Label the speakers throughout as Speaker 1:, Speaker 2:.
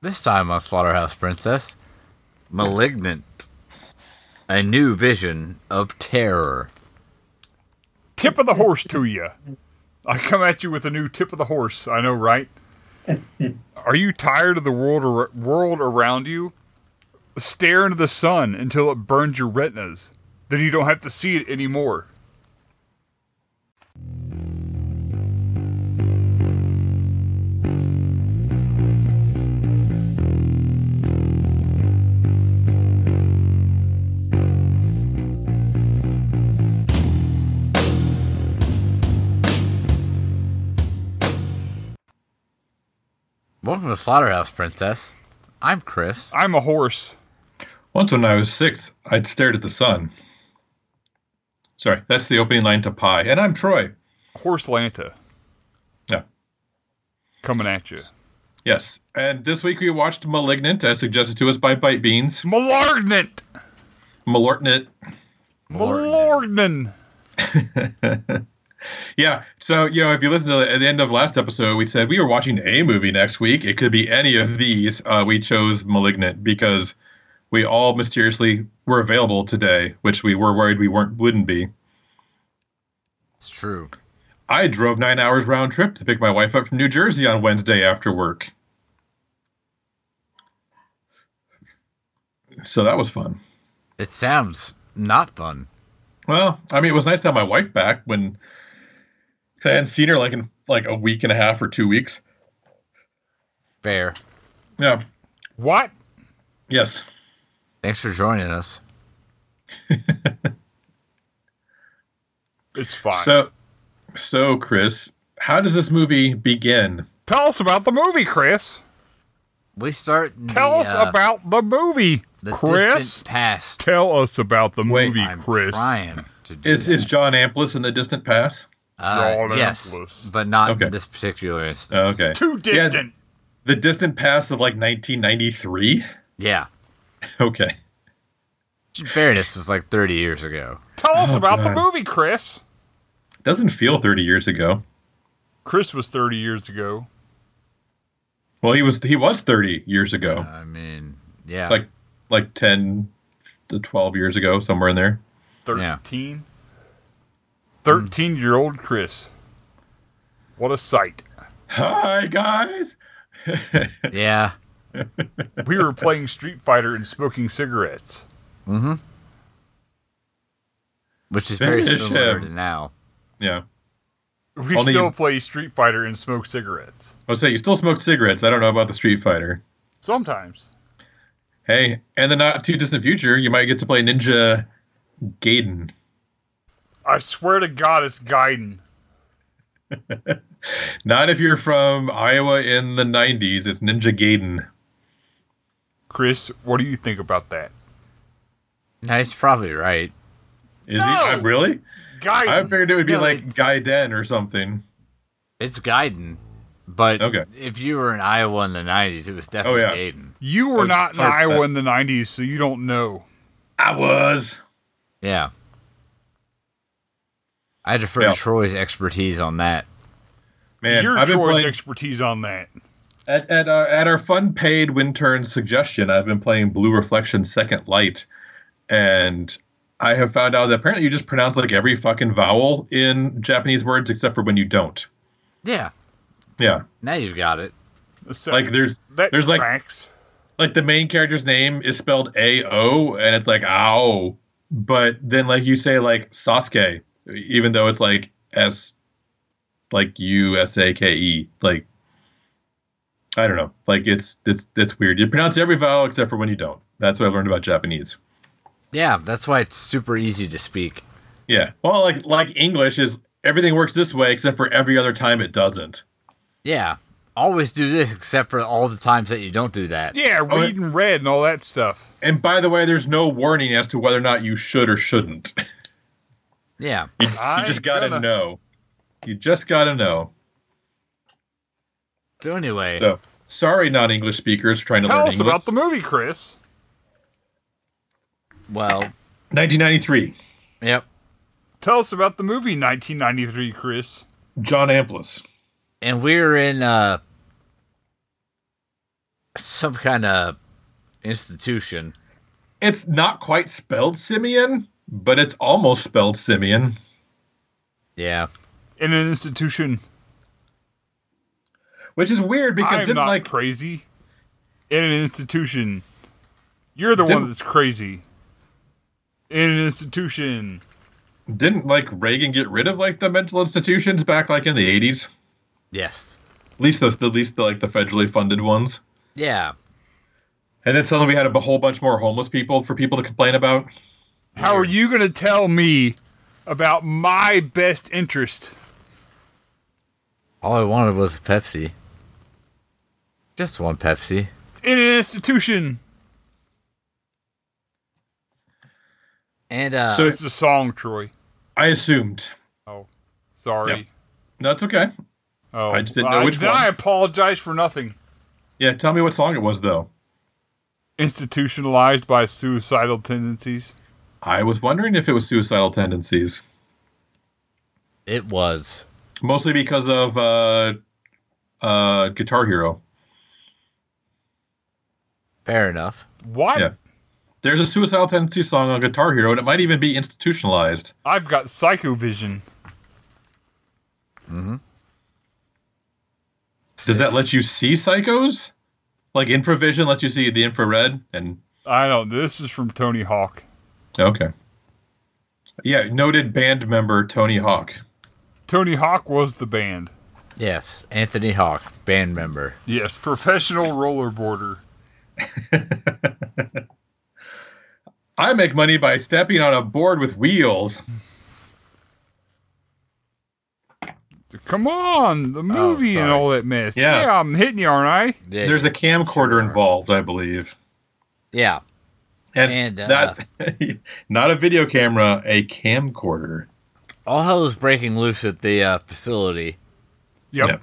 Speaker 1: This time on Slaughterhouse Princess, Malignant. A new vision of terror.
Speaker 2: Tip of the horse to you. I come at you with a new tip of the horse. I know, right? Are you tired of the world ar- world around you? Stare into the sun until it burns your retinas. Then you don't have to see it anymore.
Speaker 1: Welcome to Slaughterhouse Princess. I'm Chris.
Speaker 2: I'm a horse.
Speaker 3: Once when I was six, I'd stared at the sun. Sorry, that's the opening line to Pi. And I'm Troy.
Speaker 2: Horse Lanta
Speaker 3: Yeah.
Speaker 2: coming at you.
Speaker 3: Yes. And this week we watched Malignant, as suggested to us by Bite Beans.
Speaker 2: Malargnant!
Speaker 3: Malignant.
Speaker 2: Malargnan!
Speaker 3: Yeah. So, you know, if you listen to the, at the end of last episode, we said we were watching a movie next week. It could be any of these. Uh, we chose Malignant because we all mysteriously were available today, which we were worried we weren't wouldn't be.
Speaker 1: It's true.
Speaker 3: I drove nine hours round trip to pick my wife up from New Jersey on Wednesday after work. So that was fun.
Speaker 1: It sounds not fun.
Speaker 3: Well, I mean, it was nice to have my wife back when 'cause I hadn't seen her like in like a week and a half or two weeks.
Speaker 1: Fair.
Speaker 3: Yeah.
Speaker 2: What?
Speaker 3: Yes.
Speaker 1: Thanks for joining us.
Speaker 2: It's fine.
Speaker 3: So, so Chris, how does this movie begin?
Speaker 2: Tell us about the movie, Chris.
Speaker 1: We start. in
Speaker 2: Tell
Speaker 1: the,
Speaker 2: us
Speaker 1: uh,
Speaker 2: about the movie,
Speaker 1: the
Speaker 2: Chris.
Speaker 1: distant past.
Speaker 2: Tell us about the
Speaker 3: Wait,
Speaker 2: movie,
Speaker 1: I'm
Speaker 2: Chris.
Speaker 1: trying to do
Speaker 3: Is
Speaker 1: that.
Speaker 3: is John Amplis in the distant past?
Speaker 1: Uh,
Speaker 2: John
Speaker 1: yes,
Speaker 2: Amplis.
Speaker 1: but not
Speaker 3: Okay. Oh,
Speaker 1: in this particular instance.
Speaker 3: Okay.
Speaker 2: Too
Speaker 3: Yeah,
Speaker 2: distant.
Speaker 3: the distant past of like 1993.
Speaker 1: Yeah.
Speaker 3: Okay.
Speaker 1: In fairness, it was like 30 years ago.
Speaker 2: Tell us about the
Speaker 3: God.
Speaker 2: movie, Chris.
Speaker 3: Doesn't feel 30 years ago.
Speaker 2: Chris was 30 years ago.
Speaker 3: Well, he was he was 30 years ago,
Speaker 1: I mean, yeah.
Speaker 3: like like 10 to 12 years ago, somewhere in there.
Speaker 2: 13. 13 year old Chris. What a sight.
Speaker 3: Hi guys.
Speaker 1: yeah.
Speaker 2: We were playing Street Fighter and smoking cigarettes.
Speaker 1: Which is very
Speaker 3: Finish
Speaker 1: similar
Speaker 3: him.
Speaker 1: to now.
Speaker 3: Yeah.
Speaker 2: We
Speaker 3: Only
Speaker 2: still
Speaker 3: you-
Speaker 2: play Street Fighter and smoke cigarettes.
Speaker 3: I would say you still smoke cigarettes. I don't know about the Street Fighter.
Speaker 2: Sometimes.
Speaker 3: Hey, and the not too distant future, you might get to play Ninja Gaiden.
Speaker 2: I swear to God, it's Gaiden.
Speaker 3: Not if you're from Iowa in the 90s. It's Ninja Gaiden.
Speaker 2: Chris, what do you think about that?
Speaker 1: Now he's probably right.
Speaker 3: Is he
Speaker 2: No!
Speaker 3: uh, really?
Speaker 2: Gaiden.
Speaker 3: I figured it would be
Speaker 1: No,
Speaker 3: like
Speaker 1: it's-
Speaker 3: Gaiden or something.
Speaker 1: It's Gaiden, but
Speaker 3: Okay. Oh,
Speaker 1: if you were in Iowa in the 90s, it was definitely
Speaker 3: yeah.
Speaker 1: Gaiden.
Speaker 2: you were not in
Speaker 3: part of
Speaker 2: Iowa
Speaker 3: that.
Speaker 2: in the 90s, so you don't know.
Speaker 3: I was.
Speaker 1: Yeah. I defer
Speaker 3: Yeah.
Speaker 1: to Troy's expertise on that.
Speaker 3: Man,
Speaker 2: Your
Speaker 3: I've been
Speaker 2: Troy's
Speaker 3: playing
Speaker 2: expertise on that.
Speaker 3: At at our, at our fun paid Wintern suggestion, I've been playing Blue Reflection Second Light, and I have found out that apparently you just pronounce like every fucking vowel in Japanese words except for when you don't.
Speaker 1: Yeah.
Speaker 3: Yeah,
Speaker 1: Now you've got it.
Speaker 2: So
Speaker 3: like there's
Speaker 2: that
Speaker 3: there's like
Speaker 2: tracks.
Speaker 3: like the main character's name is spelled A O, and it's like ow, but then like you say like Sasuke, even though it's like S, like U S A K E, like. I don't know. Like it's it's it's weird. You pronounce every vowel except for when you don't. That's what I learned about Japanese.
Speaker 1: Yeah, that's why it's super easy to speak.
Speaker 3: Yeah. Well, like like English is everything works this way except for every other time it doesn't.
Speaker 1: Yeah. Always do this except for all the times that you don't do that.
Speaker 2: Yeah,
Speaker 3: Oh, it-
Speaker 2: read and read and all that stuff.
Speaker 3: And by the way, there's no warning as to whether or not you should or shouldn't.
Speaker 1: Yeah.
Speaker 3: You,
Speaker 2: I'm
Speaker 3: you just gotta
Speaker 2: gonna-
Speaker 3: know. You just gotta know.
Speaker 1: So anyway,
Speaker 3: So sorry, non-English speakers trying to
Speaker 2: Tell
Speaker 3: learn
Speaker 2: us
Speaker 3: English.
Speaker 2: about the movie, Chris.
Speaker 1: well,
Speaker 3: 1993,
Speaker 1: yep.
Speaker 2: Tell us about the movie 1993, Chris.
Speaker 3: John Amplis.
Speaker 1: And we're in uh some kind of institution.
Speaker 3: It's not quite spelled Simeon, but it's almost spelled Simeon.
Speaker 1: Yeah.
Speaker 2: in an institution.
Speaker 3: Which is weird because
Speaker 2: I'm
Speaker 3: didn't
Speaker 2: not
Speaker 3: like
Speaker 2: crazy. In an institution, you're the one
Speaker 3: Didn't-
Speaker 2: that's crazy. In an institution,
Speaker 3: didn't like Reagan get rid of like the mental institutions back like in the eighties?
Speaker 1: Yes.
Speaker 3: At least the at least the like the federally funded ones.
Speaker 1: Yeah.
Speaker 3: And then suddenly we had a whole bunch more homeless people for people to complain about.
Speaker 2: how are you going to tell me about my best interest?
Speaker 1: All I wanted was a Pepsi. Just one Pepsi.
Speaker 2: In an institution,
Speaker 1: And uh
Speaker 3: So-
Speaker 2: it's a song, Troy.
Speaker 3: I assumed.
Speaker 2: Oh, sorry.
Speaker 3: Yep. No, it's okay.
Speaker 2: Oh,
Speaker 3: I just didn't know which
Speaker 2: then
Speaker 3: one.
Speaker 2: I apologize for nothing.
Speaker 3: Yeah, tell me what song it was though.
Speaker 2: Institutionalized by suicidal tendencies.
Speaker 3: I was wondering if it was suicidal tendencies.
Speaker 1: it was.
Speaker 3: Mostly because of uh uh Guitar Hero.
Speaker 1: Fair enough.
Speaker 2: What?
Speaker 3: Yeah. There's a suicidal tendency song on Guitar Hero, and it might even be institutionalized.
Speaker 2: I've got psychovision.
Speaker 3: Does that let you see psychos? Like infravision lets you see the infrared and
Speaker 2: I don't. This is from Tony Hawk.
Speaker 3: okay. Yeah, noted band member Tony Hawk.
Speaker 2: Tony Hawk was the band.
Speaker 1: Yes, Anthony Hawk, band member.
Speaker 2: Yes, professional rollerboarder.
Speaker 3: I make money by stepping on a board with wheels.
Speaker 2: Come on, the movie and
Speaker 1: sorry.
Speaker 2: all that mess.
Speaker 3: Oh, Yeah.
Speaker 2: I'm hitting you, aren't I?
Speaker 1: Yeah.
Speaker 3: There's a camcorder involved, I believe.
Speaker 1: Yeah.
Speaker 3: And,
Speaker 1: And, uh,
Speaker 3: that not a video camera, a camcorder.
Speaker 1: All hell is breaking loose at the uh, facility
Speaker 2: Yep.
Speaker 3: Yep.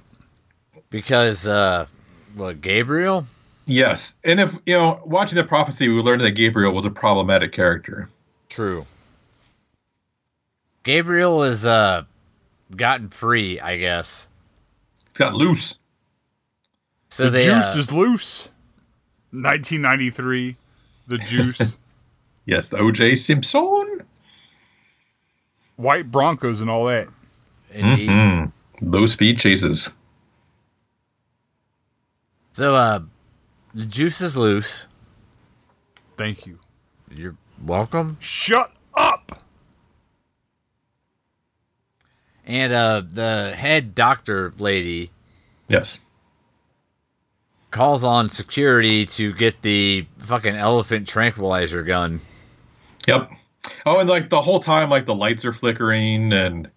Speaker 1: because uh what Gabriel?
Speaker 3: Yes. And if you know, watching the prophecy, we learned that Gabriel was a problematic character.
Speaker 1: True. Gabriel is uh gotten free, I guess.
Speaker 3: It's got loose.
Speaker 1: So
Speaker 2: the
Speaker 1: they uh,
Speaker 2: juice is loose. 1993. The juice.
Speaker 3: Yes, the OJ Simpson.
Speaker 2: White Broncos and all that.
Speaker 1: uh, indeed.
Speaker 3: Mm-hmm. Low speed chases.
Speaker 1: So uh the juice is loose.
Speaker 2: Thank you.
Speaker 1: You're welcome.
Speaker 2: Shut up.
Speaker 1: And uh the head doctor lady
Speaker 3: Yes.
Speaker 1: calls on security to get the fucking elephant tranquilizer gun.
Speaker 3: Yep. Oh, and like the whole time, like the lights are flickering and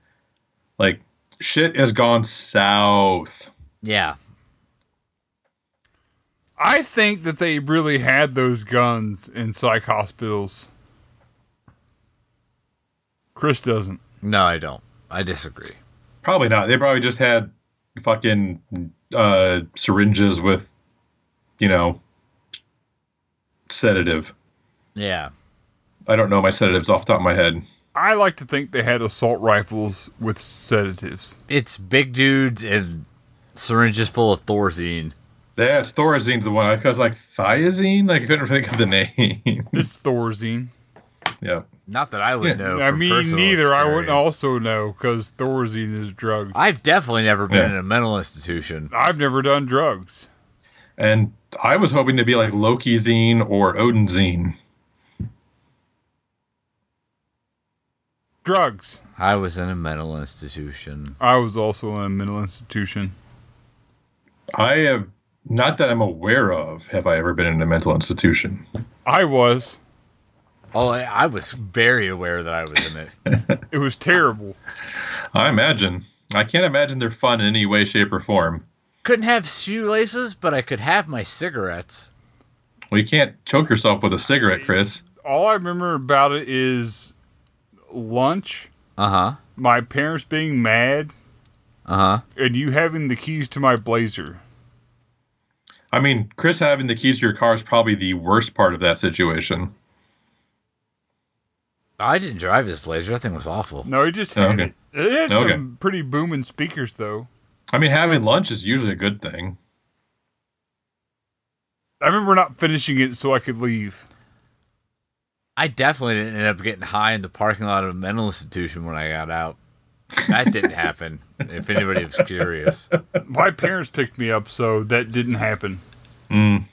Speaker 3: like shit has gone south.
Speaker 1: Yeah.
Speaker 2: I think that they really had those guns in psych hospitals. Chris doesn't.
Speaker 1: No, I don't. I disagree.
Speaker 3: Probably not. They probably just had fucking uh, syringes with, you know, sedative.
Speaker 1: Yeah.
Speaker 3: I don't know my sedatives off the top of my head.
Speaker 2: I like to think they had assault rifles with sedatives.
Speaker 1: It's big dudes and syringes full of Thorazine.
Speaker 3: That's Thorazine's the one. I was like thiazine. Like I couldn't think of the name.
Speaker 1: Hmm.
Speaker 2: It's Thorazine.
Speaker 3: yeah.
Speaker 1: Not that I would
Speaker 3: Yeah.
Speaker 1: know.
Speaker 2: I
Speaker 1: from
Speaker 2: mean,
Speaker 1: personal
Speaker 2: neither. I wouldn't
Speaker 1: experience.
Speaker 2: also know because Thorazine is drugs. I,
Speaker 1: I've definitely never been
Speaker 3: Yeah.
Speaker 1: in a mental institution.
Speaker 2: have never done drugs.
Speaker 3: And I was hoping to be like Loki Zine or Odin Zine.
Speaker 2: Drugs.
Speaker 1: I was in a mental institution.
Speaker 2: I was also in a mental institution.
Speaker 3: I have not that I'm aware of have I ever been in a mental institution.
Speaker 2: I was.
Speaker 1: Oh, I, I was very aware that I was in it.
Speaker 2: It was terrible.
Speaker 3: I imagine. I can't imagine they're fun in any way, shape, or form.
Speaker 1: Couldn't have shoelaces, but I could have my cigarettes.
Speaker 3: Well, you can't choke yourself with a cigarette, Chris.
Speaker 2: All I remember about it is lunch,
Speaker 1: Uh huh.
Speaker 2: my parents being mad,
Speaker 1: Uh huh.
Speaker 2: and you having the keys to my blazer.
Speaker 3: I mean, Chris having the keys to your car is probably the worst part of that situation.
Speaker 1: I didn't drive this blazer. That thing was awful.
Speaker 2: No, he just had
Speaker 3: Oh, Okay.
Speaker 2: it. It had
Speaker 3: Okay.
Speaker 2: some pretty booming speakers, though.
Speaker 3: I mean, having lunch is usually a good thing.
Speaker 2: I remember not finishing it so I could leave.
Speaker 1: I definitely didn't end up getting high in the parking lot of a mental institution when I got out. That didn't happen. If anybody was curious,
Speaker 2: My parents picked me up, so that didn't happen.
Speaker 3: Mm.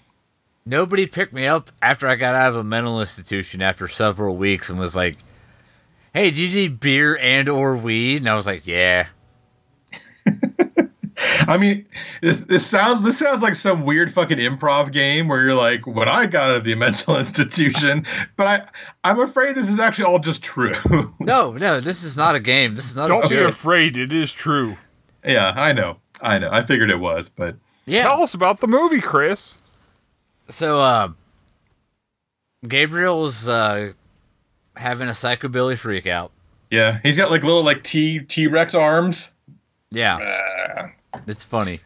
Speaker 1: nobody picked me up after I got out of a mental institution after several weeks and was like, "Hey, do you need beer and or weed?" And I was like, "Yeah."
Speaker 3: I mean, this, this sounds this sounds like some weird fucking improv game where you're like, "What I got out of the mental institution," but I I'm afraid this is actually all just true.
Speaker 1: No, no, this is not a game. This is not.
Speaker 2: Don't
Speaker 1: a
Speaker 2: be
Speaker 1: joke.
Speaker 2: afraid. It is true.
Speaker 3: yeah, I know, I know. I figured it was, but
Speaker 1: Yeah.
Speaker 2: Tell us about the movie, Chris.
Speaker 1: So, uh, Gabriel's uh, having a psychobilly freak out.
Speaker 3: yeah, he's got like little like T T Rex arms.
Speaker 1: Yeah. It's funny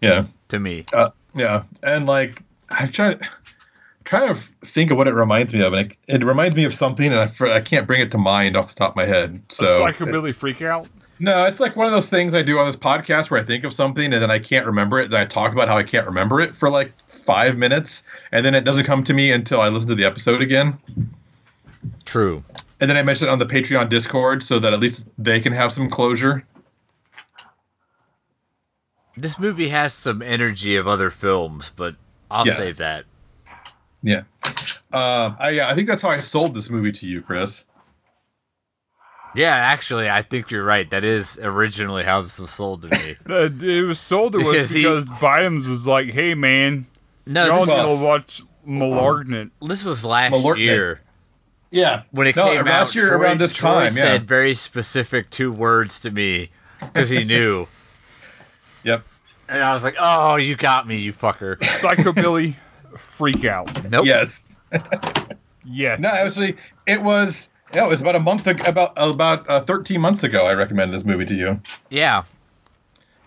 Speaker 3: Yeah,
Speaker 1: to me.
Speaker 3: uh, yeah, and like I'm trying trying to think of what it reminds me of, and it, it reminds me of something, and I, fr- I can't bring it to mind off the top of my head. So uh,
Speaker 2: Psychobilly freak out.
Speaker 3: No, it's like one of those things I do on this podcast where I think of something and then I can't remember it. Then I talk about how I can't remember it for like five minutes, and then it doesn't come to me until I listen to the episode again.
Speaker 1: True.
Speaker 3: And then I mention it on the Patreon Discord so that at least they can have some closure.
Speaker 1: This movie has some energy of other films, but I'll
Speaker 3: Yeah.
Speaker 1: save that.
Speaker 3: Yeah. Uh, I, yeah, I think that's how I sold this movie to you, Chris.
Speaker 1: Yeah, actually, I think you're right. That is originally how this was sold to me.
Speaker 2: Uh, it was sold to us
Speaker 1: Because he-
Speaker 2: because Byams was like, "Hey, man,
Speaker 1: No,
Speaker 2: y'all
Speaker 1: Uh, this
Speaker 2: need to
Speaker 1: was,
Speaker 2: watch Malignant."
Speaker 1: this was last
Speaker 3: Malort-
Speaker 1: year
Speaker 3: Yeah.
Speaker 1: when it
Speaker 3: No,
Speaker 1: came out.
Speaker 3: last year
Speaker 1: Troy-
Speaker 3: around this
Speaker 1: Troy
Speaker 3: time, yeah.
Speaker 1: said very specific two words to me because he knew,
Speaker 3: Yep.
Speaker 1: and I was like, "Oh, you got me, you fucker."
Speaker 2: Psychobilly freak out.
Speaker 1: Nope.
Speaker 3: Yes.
Speaker 2: Yes.
Speaker 3: No, actually, it was. Yeah, it was about a month ago, about about uh, 13 months ago. I recommended this movie to you.
Speaker 1: Yeah.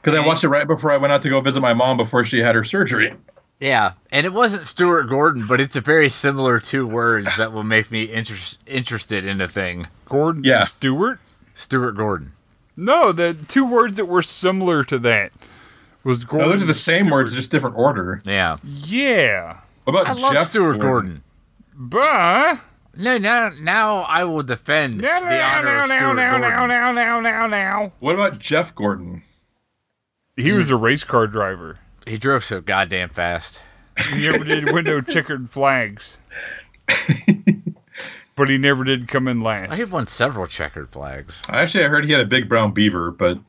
Speaker 3: Because I
Speaker 1: Okay.
Speaker 3: watched it right before I went out to go visit my mom before she had her surgery.
Speaker 1: Yeah, and it wasn't Stuart Gordon, but it's a very similar two words that will make me inter- interested in a thing.
Speaker 2: Gordon
Speaker 3: Yeah.
Speaker 2: Stewart.
Speaker 1: Stuart Gordon.
Speaker 2: No, the two words that were similar to that was
Speaker 3: No,
Speaker 2: Gordon.
Speaker 3: those are the same
Speaker 2: Stewart.
Speaker 3: words, just different order.
Speaker 1: Yeah,
Speaker 2: Yeah,
Speaker 3: What about
Speaker 1: I love
Speaker 3: Jeff
Speaker 1: Stuart Gordon.
Speaker 2: but
Speaker 1: No, now now I will defend
Speaker 2: now,
Speaker 1: the
Speaker 2: now,
Speaker 1: honor
Speaker 2: now,
Speaker 1: of
Speaker 2: now,
Speaker 1: Stuart
Speaker 2: now, now,
Speaker 1: Gordon.
Speaker 2: now, now, now, now.
Speaker 3: What about Jeff Gordon?
Speaker 2: He was a race car driver.
Speaker 1: He drove so goddamn fast.
Speaker 2: He never did window checkered flags, but he never did come in
Speaker 1: I
Speaker 2: last.
Speaker 1: have won several checkered flags.
Speaker 3: Actually, I heard he had a big brown beaver, but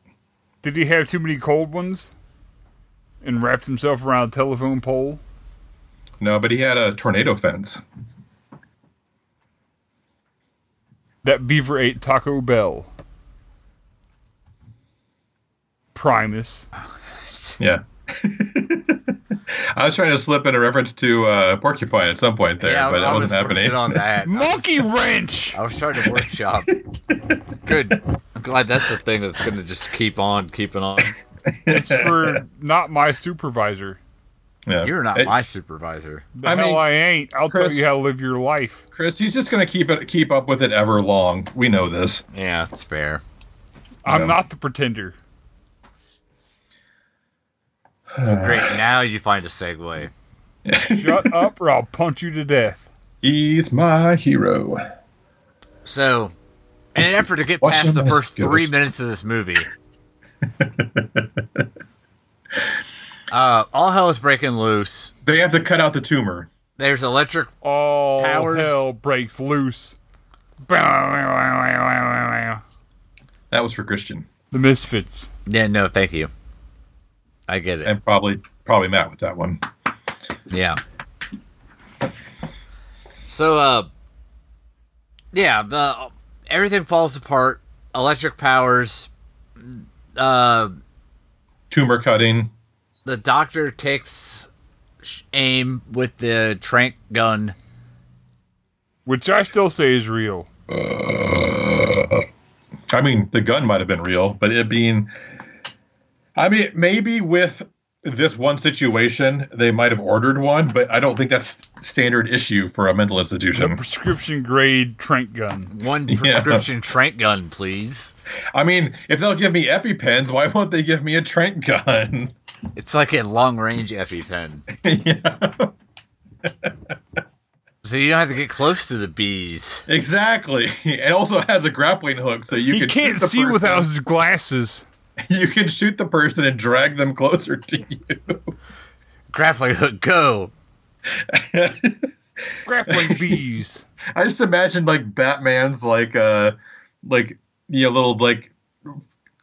Speaker 2: Did he have too many cold ones and wrapped himself around a telephone pole?
Speaker 3: no, but he had a tornado fence.
Speaker 2: That beaver ate Taco Bell. Primus.
Speaker 3: Yeah. I was trying to slip in a reference to uh, Porcupine at some point there,
Speaker 1: yeah,
Speaker 3: but
Speaker 1: I,
Speaker 3: that
Speaker 1: I
Speaker 3: wasn't
Speaker 1: was working
Speaker 3: happening.
Speaker 1: on that.
Speaker 2: Monkey wrench!
Speaker 1: I was trying to workshop. Good. I'm glad that's a thing that's going to just keep on keeping on.
Speaker 2: It's for not my supervisor.
Speaker 3: Yeah.
Speaker 1: You're not
Speaker 3: It-
Speaker 1: my supervisor.
Speaker 2: The
Speaker 3: I
Speaker 2: hell
Speaker 3: mean,
Speaker 2: I ain't. I'll tell
Speaker 3: Chris-
Speaker 2: you how to live your life.
Speaker 3: Chris. He's just gonna keep it, keep up with it ever long. We know this.
Speaker 1: Yeah, it's fair.
Speaker 2: I'm
Speaker 3: Yeah.
Speaker 2: not the pretender.
Speaker 1: Great. Now you find a segue.
Speaker 2: Shut up or I'll punch you to death.
Speaker 3: He's my hero.
Speaker 1: So, in an effort to get
Speaker 3: Watch
Speaker 1: past the
Speaker 3: him as
Speaker 1: first
Speaker 3: skills.
Speaker 1: three minutes of this movie, uh, all hell is breaking loose.
Speaker 3: They have to cut out the tumor.
Speaker 1: There's electric.
Speaker 2: All
Speaker 1: Powers.
Speaker 2: hell breaks loose. The
Speaker 3: That was for Christian
Speaker 2: Misfits.
Speaker 1: Yeah, no, thank you. I get it.
Speaker 3: and probably probably Matt with that one.
Speaker 1: Yeah. So, uh, yeah, the everything falls apart. Electric powers. Uh,
Speaker 3: Tumor cutting.
Speaker 1: the doctor takes sh- aim with the trank gun.
Speaker 2: Which I still say is real.
Speaker 3: I mean, the gun might have been real, but it being, I mean, maybe with this one situation, they might have ordered one, but I don't think that's standard issue for a mental
Speaker 2: The
Speaker 3: institution.
Speaker 2: prescription grade trank gun.
Speaker 1: One prescription trank gun, please.
Speaker 3: I mean, if they'll give me EpiPens, why won't they give me a Trent gun?
Speaker 1: E It's like a long range EpiPen.
Speaker 3: yeah.
Speaker 1: so you don't have to get close to the bees.
Speaker 3: Exactly. It also has a grappling hook, so you
Speaker 2: he
Speaker 3: can
Speaker 2: can't
Speaker 3: shoot the
Speaker 2: see
Speaker 3: person.
Speaker 2: without his glasses.
Speaker 3: You can shoot the person and drag them closer to you.
Speaker 1: Grappling hook, go.
Speaker 2: Grappling bees.
Speaker 3: I just imagine like Batman's like uh like you know little like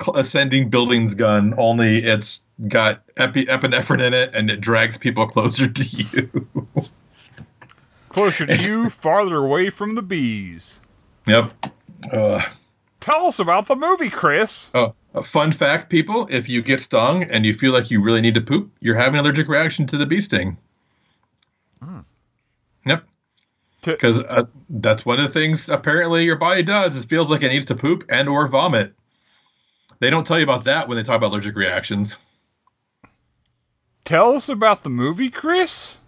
Speaker 3: cl- ascending buildings gun only it's got epi- epinephrine in it and it drags people closer to you.
Speaker 2: Closer to you, farther away from the bees.
Speaker 3: yep. Uh,
Speaker 2: Tell us about the movie, Chris.
Speaker 3: oh, a fun fact, people: if you get stung and you feel like you really need to poop, you're having an allergic reaction to the bee sting. Yep.
Speaker 2: To-
Speaker 3: Because uh, that's one of the things apparently your body does is feels like it needs to poop and or vomit. They don't tell you about that when they talk about allergic reactions.
Speaker 2: Tell us about the movie, Chris.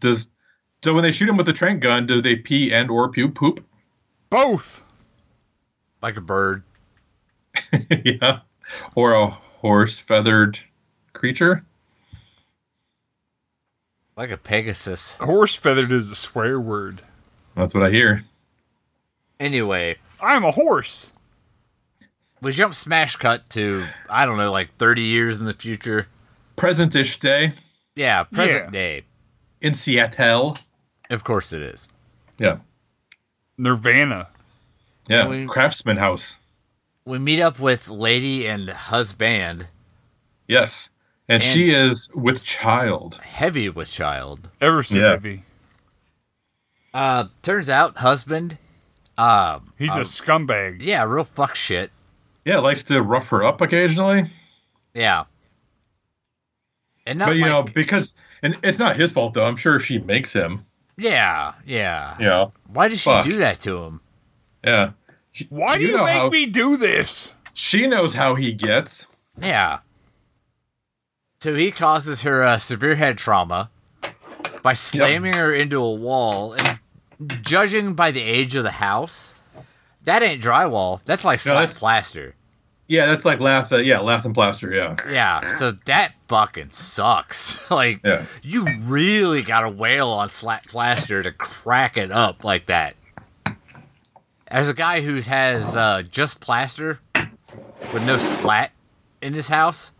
Speaker 3: Does so when they shoot him with the train gun, do they pee and or pu poop?
Speaker 2: Both.
Speaker 1: Like a bird.
Speaker 3: yeah, or a horse feathered creature?
Speaker 1: Like a Pegasus.
Speaker 2: Horse feathered is a swear word.
Speaker 3: That's what I hear.
Speaker 1: Anyway,
Speaker 2: I'm a horse.
Speaker 1: we jump smash cut to, I don't know, like 30 years in the future.
Speaker 3: Present-ish day
Speaker 1: Yeah, present
Speaker 2: Yeah.
Speaker 1: day.
Speaker 3: in Seattle.
Speaker 1: Of course it is.
Speaker 3: Yeah,
Speaker 2: Nirvana.
Speaker 3: yeah.
Speaker 1: We-
Speaker 3: Craftsman House.
Speaker 1: We meet up with lady and husband,
Speaker 3: Yes, and,
Speaker 1: And-
Speaker 3: she is with child.
Speaker 1: heavy with child.
Speaker 2: Ever so
Speaker 3: Yeah.
Speaker 2: heavy.
Speaker 1: Uh, turns out husband, um,
Speaker 2: He's a scumbag.
Speaker 1: yeah, real fuck shit.
Speaker 3: Yeah, likes to rough her up occasionally,
Speaker 1: Yeah. And not
Speaker 3: but you
Speaker 1: like,
Speaker 3: know because and it's not his fault though. I'm sure she makes him.
Speaker 1: yeah, yeah,
Speaker 3: You know,
Speaker 1: Why does she
Speaker 3: fuck.
Speaker 1: do that to him?
Speaker 3: yeah.
Speaker 2: Why do
Speaker 3: You
Speaker 2: you,
Speaker 3: know
Speaker 2: make
Speaker 3: how-
Speaker 2: me do this?
Speaker 3: She knows how he gets.
Speaker 1: Yeah. So he causes her uh, severe head trauma by slamming her into a wall, and judging by the age of the house, that ain't drywall. That's like slap
Speaker 3: that's-
Speaker 1: plaster.
Speaker 3: Yeah, that's like laugh. Uh, yeah, laugh and plaster. Yeah.
Speaker 1: Yeah. So that fucking sucks. like
Speaker 3: Yeah.
Speaker 1: you really got to wail on slap plaster to crack it up like that. As a guy who has uh, just plaster with no slat in his house,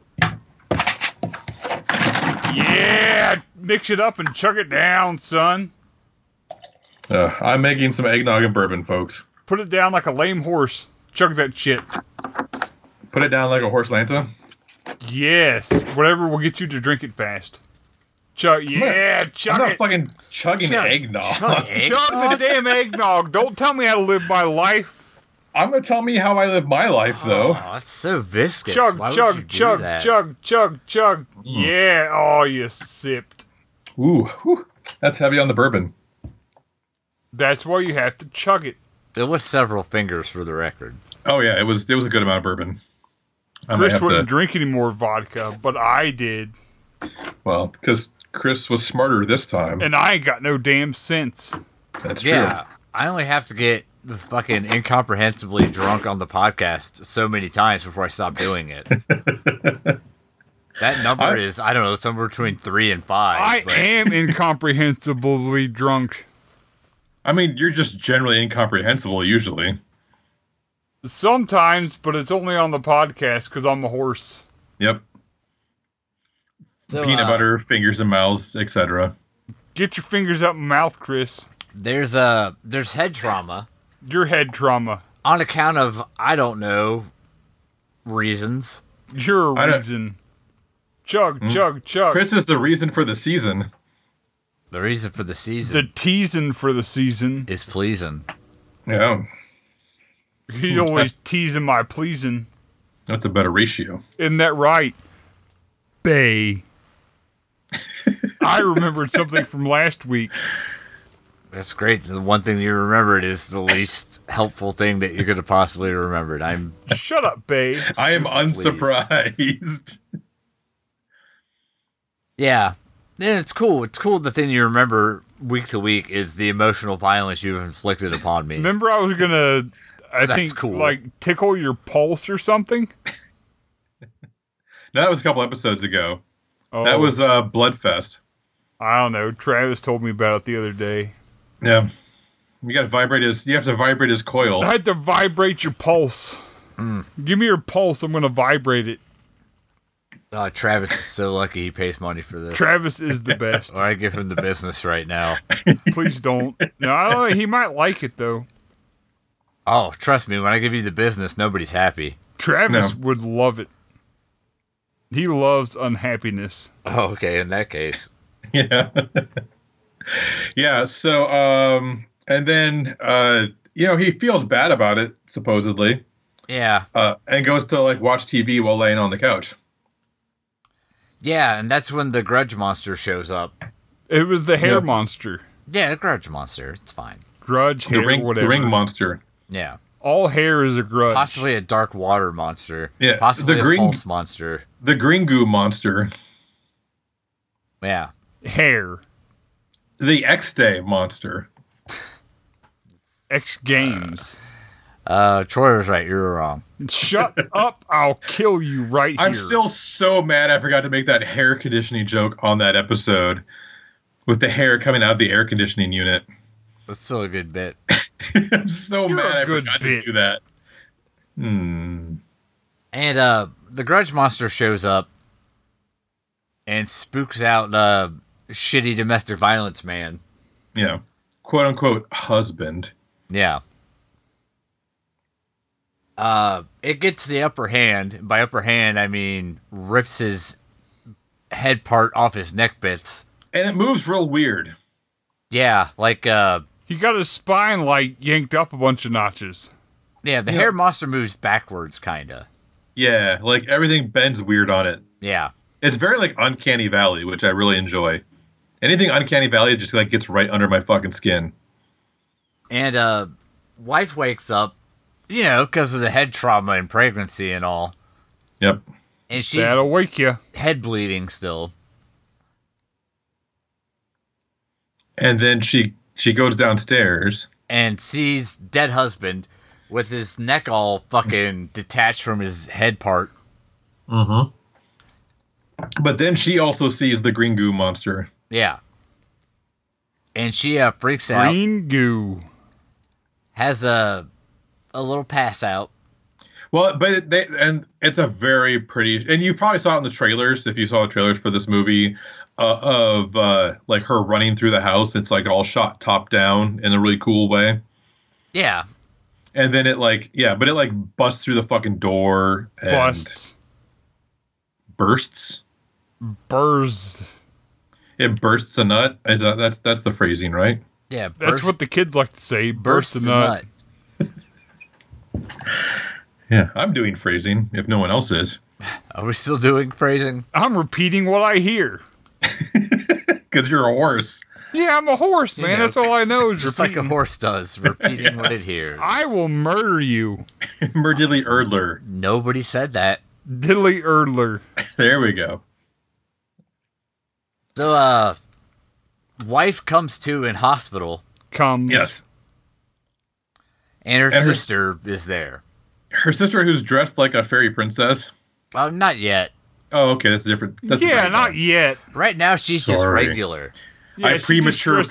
Speaker 2: Yeah, mix it up and chuck it down, son.
Speaker 3: Uh, I'm making some eggnog and bourbon, folks.
Speaker 2: Put it down like a lame horse. Chuck that shit.
Speaker 3: Put it down like a horse lanta.
Speaker 2: Yes, whatever will get you to drink it fast. Chuck, yeah,
Speaker 3: I'm
Speaker 2: chuck
Speaker 3: not
Speaker 2: it.
Speaker 3: fucking chugging
Speaker 1: Chug-
Speaker 3: eggnog.
Speaker 1: chug egg-
Speaker 2: Chuck the damn eggnog. Don't tell me how to live my life.
Speaker 3: I'm gonna tell me how I live my life though.
Speaker 1: Oh, that's so viscous.
Speaker 2: Chug,
Speaker 1: Why would you
Speaker 2: chug,
Speaker 1: do
Speaker 2: chug,
Speaker 1: that?
Speaker 2: chug, chug, chug.
Speaker 3: Hmm.
Speaker 2: Yeah, oh, you sipped.
Speaker 3: Ooh, whew, that's heavy on the bourbon.
Speaker 2: That's why you have to chug it.
Speaker 1: There was several fingers for the record.
Speaker 3: Oh yeah, it was it was a good amount of bourbon. I might
Speaker 2: Chris
Speaker 3: have
Speaker 2: wouldn't
Speaker 3: to,
Speaker 2: drink any more vodka, but I did,
Speaker 3: well, because Chris was smarter this time.
Speaker 2: and I ain't got no damn sense.
Speaker 3: That's true.
Speaker 1: Yeah, I only have to get fucking incomprehensibly drunk on the podcast so many times before I stop doing it. that number
Speaker 3: I-
Speaker 1: is I don't know somewhere between three and five.
Speaker 2: I
Speaker 1: but
Speaker 2: am incomprehensibly drunk.
Speaker 3: I mean, you're just generally incomprehensible usually.
Speaker 2: Sometimes, but it's only on the podcast because I'm a horse.
Speaker 3: Yep.
Speaker 1: so,
Speaker 3: Peanut
Speaker 1: uh,
Speaker 3: butter, fingers and mouths, etc.
Speaker 2: Get your fingers out my mouth, Chris.
Speaker 1: There's uh, there's head trauma
Speaker 2: Your head trauma.
Speaker 1: on account of I don't know reasons.
Speaker 2: You're
Speaker 3: I
Speaker 2: a
Speaker 3: don't- Hmm?
Speaker 2: reason. Chug, chug, chug.
Speaker 3: Chris is the reason for the season.
Speaker 1: The reason for the season
Speaker 2: the teasing for the season.
Speaker 1: is pleasing.
Speaker 3: Yeah.
Speaker 2: He's always teasing my pleasing.
Speaker 3: That's a better ratio.
Speaker 2: Isn't that right? Bay. I remembered something from last week.
Speaker 1: That's great. The one thing you remembered is the least helpful thing that you could have possibly remembered. I'm
Speaker 2: Shut up, Bay.
Speaker 3: I am
Speaker 1: Please.
Speaker 3: unsurprised.
Speaker 1: Yeah. Yeah, it's cool. It's cool the thing you remember week to week is the emotional violence you've inflicted upon me.
Speaker 2: Remember, I was gonna, I
Speaker 1: That's
Speaker 2: think,
Speaker 1: cool.
Speaker 2: like tickle your pulse or something.
Speaker 3: that was a couple episodes ago.
Speaker 2: Oh,
Speaker 3: That was uh, Bloodfest.
Speaker 2: I don't know. Travis told me about it the other day.
Speaker 3: Yeah. You got to vibrate his. You have to vibrate his coil.
Speaker 2: I had to vibrate your pulse.
Speaker 3: Mm.
Speaker 2: Give me your pulse. I'm going to vibrate it.
Speaker 1: Oh, Travis is so lucky he pays money for this.
Speaker 2: Travis is the best.
Speaker 1: or I give him the business right now.
Speaker 2: Please don't. No, I don't know. he might like it though.
Speaker 1: Oh, trust me, when I give you the business, nobody's happy.
Speaker 2: Travis
Speaker 3: No.
Speaker 2: would love it. He loves unhappiness.
Speaker 1: Oh, okay, in that case.
Speaker 3: Yeah. yeah. So, um, and then, uh, you know, he feels bad about it supposedly,
Speaker 1: Yeah.
Speaker 3: uh, and goes to like watch TV while laying on the couch.
Speaker 1: Yeah, and that's when the grudge monster shows up.
Speaker 2: It was the hair
Speaker 3: Yeah.
Speaker 2: monster,
Speaker 1: Yeah, the grudge monster. It's fine.
Speaker 2: grudge
Speaker 3: The
Speaker 2: hair,
Speaker 3: ring, the
Speaker 2: whatever.
Speaker 3: ring monster.
Speaker 1: Yeah.
Speaker 2: All hair is a grudge.
Speaker 1: Possibly a dark water monster.
Speaker 3: Yeah,
Speaker 1: Possibly
Speaker 3: the
Speaker 1: a
Speaker 3: green-
Speaker 1: pulse monster.
Speaker 3: The Gringu monster.
Speaker 1: Yeah.
Speaker 2: hair.
Speaker 3: The X Day monster.
Speaker 2: X Games.
Speaker 1: Uh, Troy was right. You were wrong.
Speaker 2: Shut up! I'll kill you right
Speaker 3: I'm
Speaker 2: here.
Speaker 3: still so mad I forgot to make that hair conditioning joke on that episode with the hair coming out of the air conditioning unit.
Speaker 1: That's still a good bit.
Speaker 3: I'm so
Speaker 2: You're
Speaker 3: mad
Speaker 2: a
Speaker 3: I
Speaker 2: good
Speaker 3: forgot
Speaker 2: bit.
Speaker 3: to do that. Hmm.
Speaker 1: And uh, the grudge monster shows up and spooks out uh, shitty domestic violence man.
Speaker 3: Yeah. Quote unquote husband.
Speaker 1: Yeah. Uh, it gets the upper hand. By upper hand, I mean rips his head part off his neck bits.
Speaker 3: And it moves real weird.
Speaker 1: Yeah, like uh,
Speaker 2: he got his spine like yanked up a bunch of notches.
Speaker 1: yeah, the hair monster moves backwards, kinda.
Speaker 3: Yeah. Like everything bends weird on it.
Speaker 1: Yeah,
Speaker 3: It's very like Uncanny Valley, which I really enjoy. Anything Uncanny Valley just like gets right under my fucking skin.
Speaker 1: and uh, wife wakes up, you know, because of the head trauma and pregnancy and all,
Speaker 3: Yep.
Speaker 1: and she's
Speaker 2: That'll wake you.
Speaker 1: head bleeding still.
Speaker 3: And then she she goes downstairs.
Speaker 1: and sees dead husband with his neck all fucking detached from his head part.
Speaker 3: But then she also sees the Green Goo monster.
Speaker 1: Yeah. And she uh, freaks out,
Speaker 2: Green goo.
Speaker 1: has a a little pass out.
Speaker 3: Well, but it- they and it's a very pretty, and you probably saw it in the trailers if you saw the trailers for this movie uh, of uh, like her running through the house. It's like all shot top down in a really cool way,
Speaker 1: Yeah.
Speaker 3: and then it like yeah, but it like busts through the fucking door and
Speaker 2: Busts.
Speaker 3: bursts.
Speaker 2: Burrs.
Speaker 3: It bursts a nut. Is that that's that's the phrasing, right?
Speaker 1: Yeah. Burst,
Speaker 2: That's what the kids like to say. Burst, a nut.
Speaker 3: Yeah, I'm doing phrasing if no one else is,
Speaker 1: Are we still doing phrasing?
Speaker 2: I'm repeating what I hear.
Speaker 3: because you're a horse.
Speaker 2: Yeah, I'm a horse, man.
Speaker 1: know,
Speaker 2: That's all I know is
Speaker 1: Just
Speaker 2: repeating.
Speaker 1: like a horse does, repeating what it hears.
Speaker 2: I will murder you,
Speaker 3: Murdily Erdler.
Speaker 1: Nobody said that.
Speaker 2: Diddly Erdler.
Speaker 3: There we go.
Speaker 1: So, uh, wife comes to in hospital,
Speaker 2: Comes.
Speaker 3: Yes.
Speaker 1: and her
Speaker 3: And her s-
Speaker 1: sister is there.
Speaker 3: Her sister, who's dressed like a fairy princess,
Speaker 1: Well, not yet.
Speaker 3: Oh, okay, that's different. That's a
Speaker 2: yeah,
Speaker 3: different
Speaker 2: not
Speaker 3: one.
Speaker 2: yet.
Speaker 1: Right now, she's just
Speaker 3: Sorry.
Speaker 1: regular.
Speaker 2: Yeah,
Speaker 3: I
Speaker 2: she just
Speaker 3: premature
Speaker 2: dressed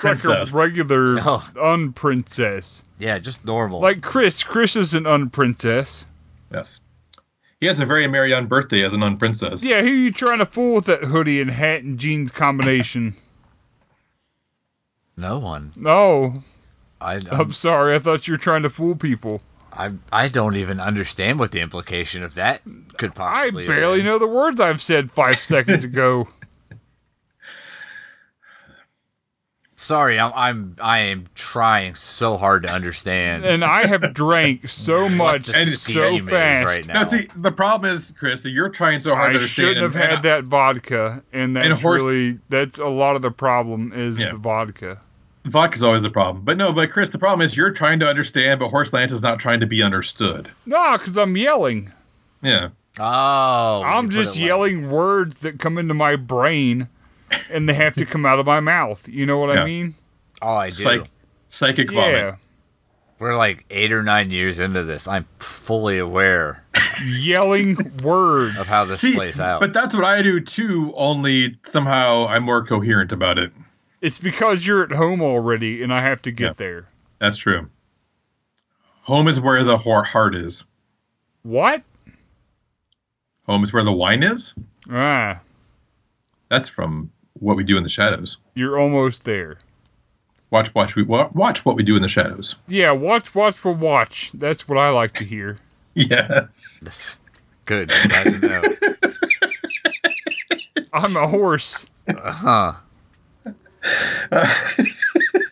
Speaker 2: Like
Speaker 3: princess.
Speaker 2: a regular
Speaker 1: Oh.
Speaker 2: unprincess.
Speaker 1: Yeah, just normal.
Speaker 2: Like Chris. Chris is an unprincess.
Speaker 3: Yes, he has a very merry on birthday as an unprincess.
Speaker 2: Yeah, who you trying to fool with that hoodie and hat and jeans combination?
Speaker 1: no one.
Speaker 2: No,
Speaker 1: I
Speaker 2: I'm sorry. I thought you were trying to fool people.
Speaker 1: I I don't even understand what the implication of that could
Speaker 2: I
Speaker 1: possibly.
Speaker 2: barely
Speaker 1: be.
Speaker 2: know the words I've said five seconds ago.
Speaker 1: Sorry, I'm I'm I am trying so hard to understand.
Speaker 2: And I have drank so much
Speaker 1: the
Speaker 2: so
Speaker 1: scheme is
Speaker 2: fast.
Speaker 1: right now.
Speaker 3: Now, see, the problem is, Chris, that you're trying so hard
Speaker 2: I
Speaker 3: to understand.
Speaker 2: shouldn't have
Speaker 3: and-
Speaker 2: had that vodka, and that's
Speaker 3: And horse-
Speaker 2: really that's a lot of the problem is
Speaker 3: Yeah.
Speaker 2: the vodka.
Speaker 3: Vodka's always the problem. But no, but Chris, the problem is you're trying to understand, but Horse Lance is not trying to be understood.
Speaker 2: No, because I'm yelling.
Speaker 3: Yeah.
Speaker 1: Oh, when
Speaker 2: I'm
Speaker 1: you put
Speaker 2: just
Speaker 1: it like-
Speaker 2: yelling words that come into my brain, and they have to come out of my mouth. You know what I
Speaker 3: Yeah.
Speaker 2: mean?
Speaker 1: Oh, I do.
Speaker 3: Psych- psychic
Speaker 2: Yeah.
Speaker 3: vomit.
Speaker 1: We're like eight or nine years into this. I'm fully aware
Speaker 2: yelling words.
Speaker 1: of how this
Speaker 3: See,
Speaker 1: plays out.
Speaker 3: but that's what I do too. Only somehow I'm more coherent about it.
Speaker 2: It's because you're at home already, and I have to get
Speaker 3: Yeah.
Speaker 2: there.
Speaker 3: That's true. Home is where the whor- heart is.
Speaker 2: What?
Speaker 3: Home is where the wine is.
Speaker 2: Ah,
Speaker 3: That's from what we do in the shadows.
Speaker 2: you're almost there.
Speaker 3: Watch, watch, we wa- watch what we do in the shadows.
Speaker 2: Yeah, watch, watch for watch. That's what I like to hear.
Speaker 3: Yes.
Speaker 1: That's good. I'm glad to know.
Speaker 2: I'm a horse.
Speaker 1: Huh.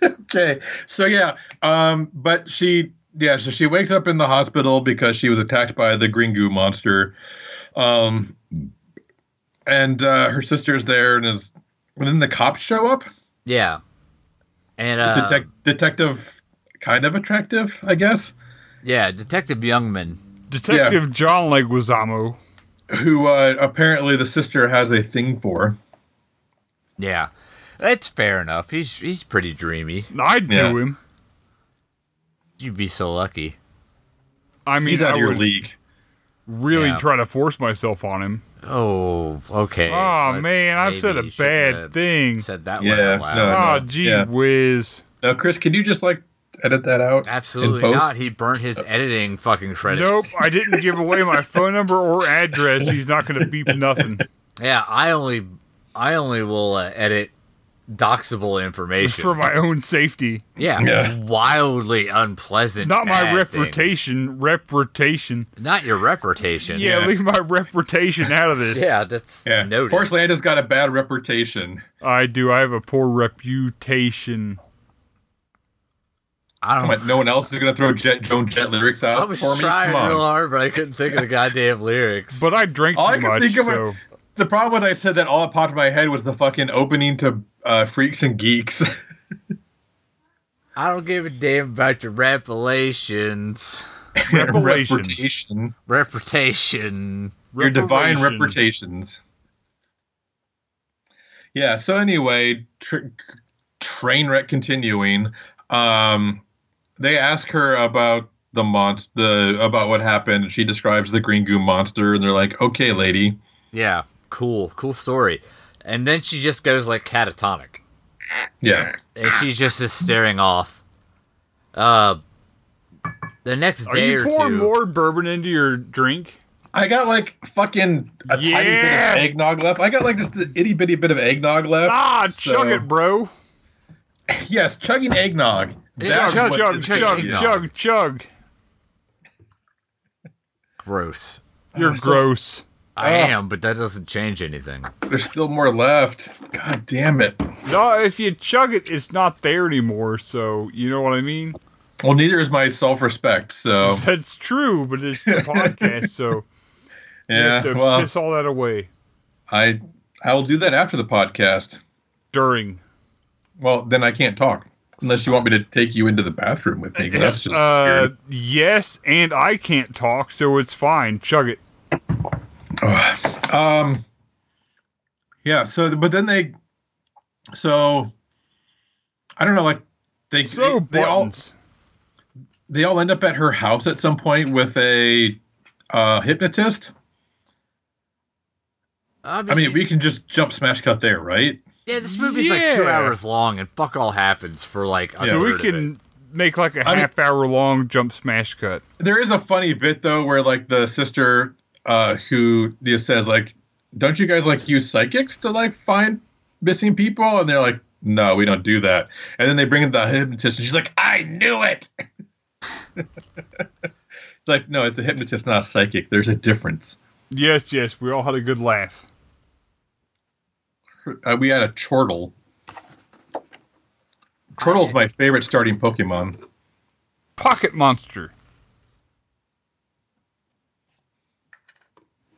Speaker 3: Okay. So yeah. Um. But she. Yeah. So she wakes up in the hospital because she was attacked by the Gringu monster. Um. And uh, her sister's there, and is. And then the cops show up.
Speaker 1: Yeah. And
Speaker 3: The
Speaker 1: uh,
Speaker 3: detec- detective, kind of attractive, I guess.
Speaker 1: yeah, Detective Youngman.
Speaker 2: Detective John Leguizamo.
Speaker 3: Who uh, apparently the sister has a thing for.
Speaker 1: Yeah, that's fair enough. He's he's pretty dreamy.
Speaker 2: I'd do
Speaker 3: Yeah.
Speaker 2: him.
Speaker 1: You'd be so lucky.
Speaker 2: I mean,
Speaker 3: He's out
Speaker 2: I
Speaker 3: of your
Speaker 2: would
Speaker 3: league.
Speaker 2: really
Speaker 1: Yeah.
Speaker 2: try to force myself on him.
Speaker 1: Oh, okay.
Speaker 2: Oh,
Speaker 1: Let's-
Speaker 2: man, I've
Speaker 1: maybe
Speaker 2: said a
Speaker 1: you shouldn't
Speaker 2: bad
Speaker 1: have
Speaker 2: thing.
Speaker 1: Said that one
Speaker 3: Yeah,
Speaker 1: out loud.
Speaker 3: no, no.
Speaker 2: Oh, gee
Speaker 3: Yeah.
Speaker 2: whiz.
Speaker 3: Now, Chris, can you just like edit that out? in
Speaker 1: Absolutely
Speaker 3: post?
Speaker 1: not. He burnt his editing fucking credits.
Speaker 2: Nope, I didn't give away my phone number or address. He's not going to beep nothing.
Speaker 1: Yeah, I only I only will uh, edit doxable
Speaker 2: It's
Speaker 1: information.
Speaker 2: for my own safety,
Speaker 1: yeah,
Speaker 3: Yeah.
Speaker 1: wildly unpleasant.
Speaker 2: not my
Speaker 1: bad
Speaker 2: reputation. Reputation.
Speaker 1: things. Not your reputation.
Speaker 2: Yeah,
Speaker 3: Yeah.
Speaker 2: leave my reputation out of this.
Speaker 1: Yeah, that's
Speaker 3: Yeah.
Speaker 1: noted.
Speaker 3: Horse Land has got a bad reputation.
Speaker 2: I do. I have a poor reputation.
Speaker 1: I don't.
Speaker 3: But no one else is going to throw Jet Joan Jet lyrics out
Speaker 1: I was
Speaker 3: for me.
Speaker 1: trying
Speaker 3: Come on.
Speaker 1: real hard, but I couldn't think of the goddamn lyrics.
Speaker 2: But I drink
Speaker 3: All I
Speaker 2: too
Speaker 3: can
Speaker 2: much,
Speaker 3: think of
Speaker 2: so
Speaker 3: The problem when I said that, all that popped in my head was the fucking opening to uh, Freaks and Geeks.
Speaker 1: I don't give a damn about your reputations.
Speaker 2: Revelation.
Speaker 3: Reputation.
Speaker 1: Reputation.
Speaker 3: Your divine
Speaker 2: Revelation.
Speaker 3: reputations. Yeah. So anyway, tr- train wreck continuing. Um, they ask her about the monster, the about what happened. She describes the green goo monster, and they're like, "Okay, lady."
Speaker 1: Yeah, cool, cool story. And then she just goes like catatonic,
Speaker 3: Yeah.
Speaker 1: and she's just is staring off. Uh, the next
Speaker 2: Are
Speaker 1: day
Speaker 2: you
Speaker 1: or
Speaker 2: pouring
Speaker 1: two.
Speaker 2: more bourbon into your drink?
Speaker 3: I got like fucking a tiny bit
Speaker 2: Yeah.
Speaker 3: of eggnog left. I got like just the itty bitty bit of eggnog left.
Speaker 2: Ah,
Speaker 3: So-
Speaker 2: chug it, bro.
Speaker 3: Yes, chugging eggnog.
Speaker 1: Yeah,
Speaker 3: That's
Speaker 1: chug,
Speaker 3: what
Speaker 2: chug,
Speaker 3: is
Speaker 1: chug,
Speaker 2: chug,
Speaker 3: good.
Speaker 1: eggnog.
Speaker 2: chug, chug.
Speaker 1: Gross.
Speaker 2: You're gross.
Speaker 1: I
Speaker 3: Ugh.
Speaker 1: am, but that doesn't change anything.
Speaker 3: There's still more left. God damn it.
Speaker 2: No, if you chug it, it's not there anymore. So you know what I mean.
Speaker 3: Well, neither is my self respect. So
Speaker 2: That's true, but it's the podcast, so you
Speaker 3: yeah.
Speaker 2: have to
Speaker 3: Well,
Speaker 2: piss all that away
Speaker 3: I I will do that after the podcast.
Speaker 2: during.
Speaker 3: Well, then I can't talk unless you want me to take you into the bathroom with me. 'cause That's just
Speaker 2: Uh,
Speaker 3: weird.
Speaker 2: yes, and I can't talk, so it's fine. Chug it.
Speaker 3: Ugh. um. Yeah. So, but then they. So. I don't know. Like they
Speaker 2: So
Speaker 3: they, they all
Speaker 2: buttons.
Speaker 3: they all end up at her house at some point with a uh, hypnotist. I mean, we can just jump smash cut there, right?
Speaker 1: yeah, this movie's like two
Speaker 2: Yeah.
Speaker 1: hours long, and fuck all happens for like. A
Speaker 2: so we
Speaker 1: third of it.
Speaker 2: can make like a
Speaker 3: I mean-
Speaker 2: half hour long jump smash cut.
Speaker 3: There is a funny bit though, where like the sister uh, who just says like, "Don't you guys like use psychics to like find missing people?" And they're like, "No, we don't do that." And then they bring in the hypnotist, and she's like, "I knew it." like, no, it's a hypnotist, not a psychic. There's a difference.
Speaker 2: Yes, yes, we all had a good laugh.
Speaker 3: Uh, we had a chortle. Chortle's my favorite starting Pokemon.
Speaker 2: Pocket monster.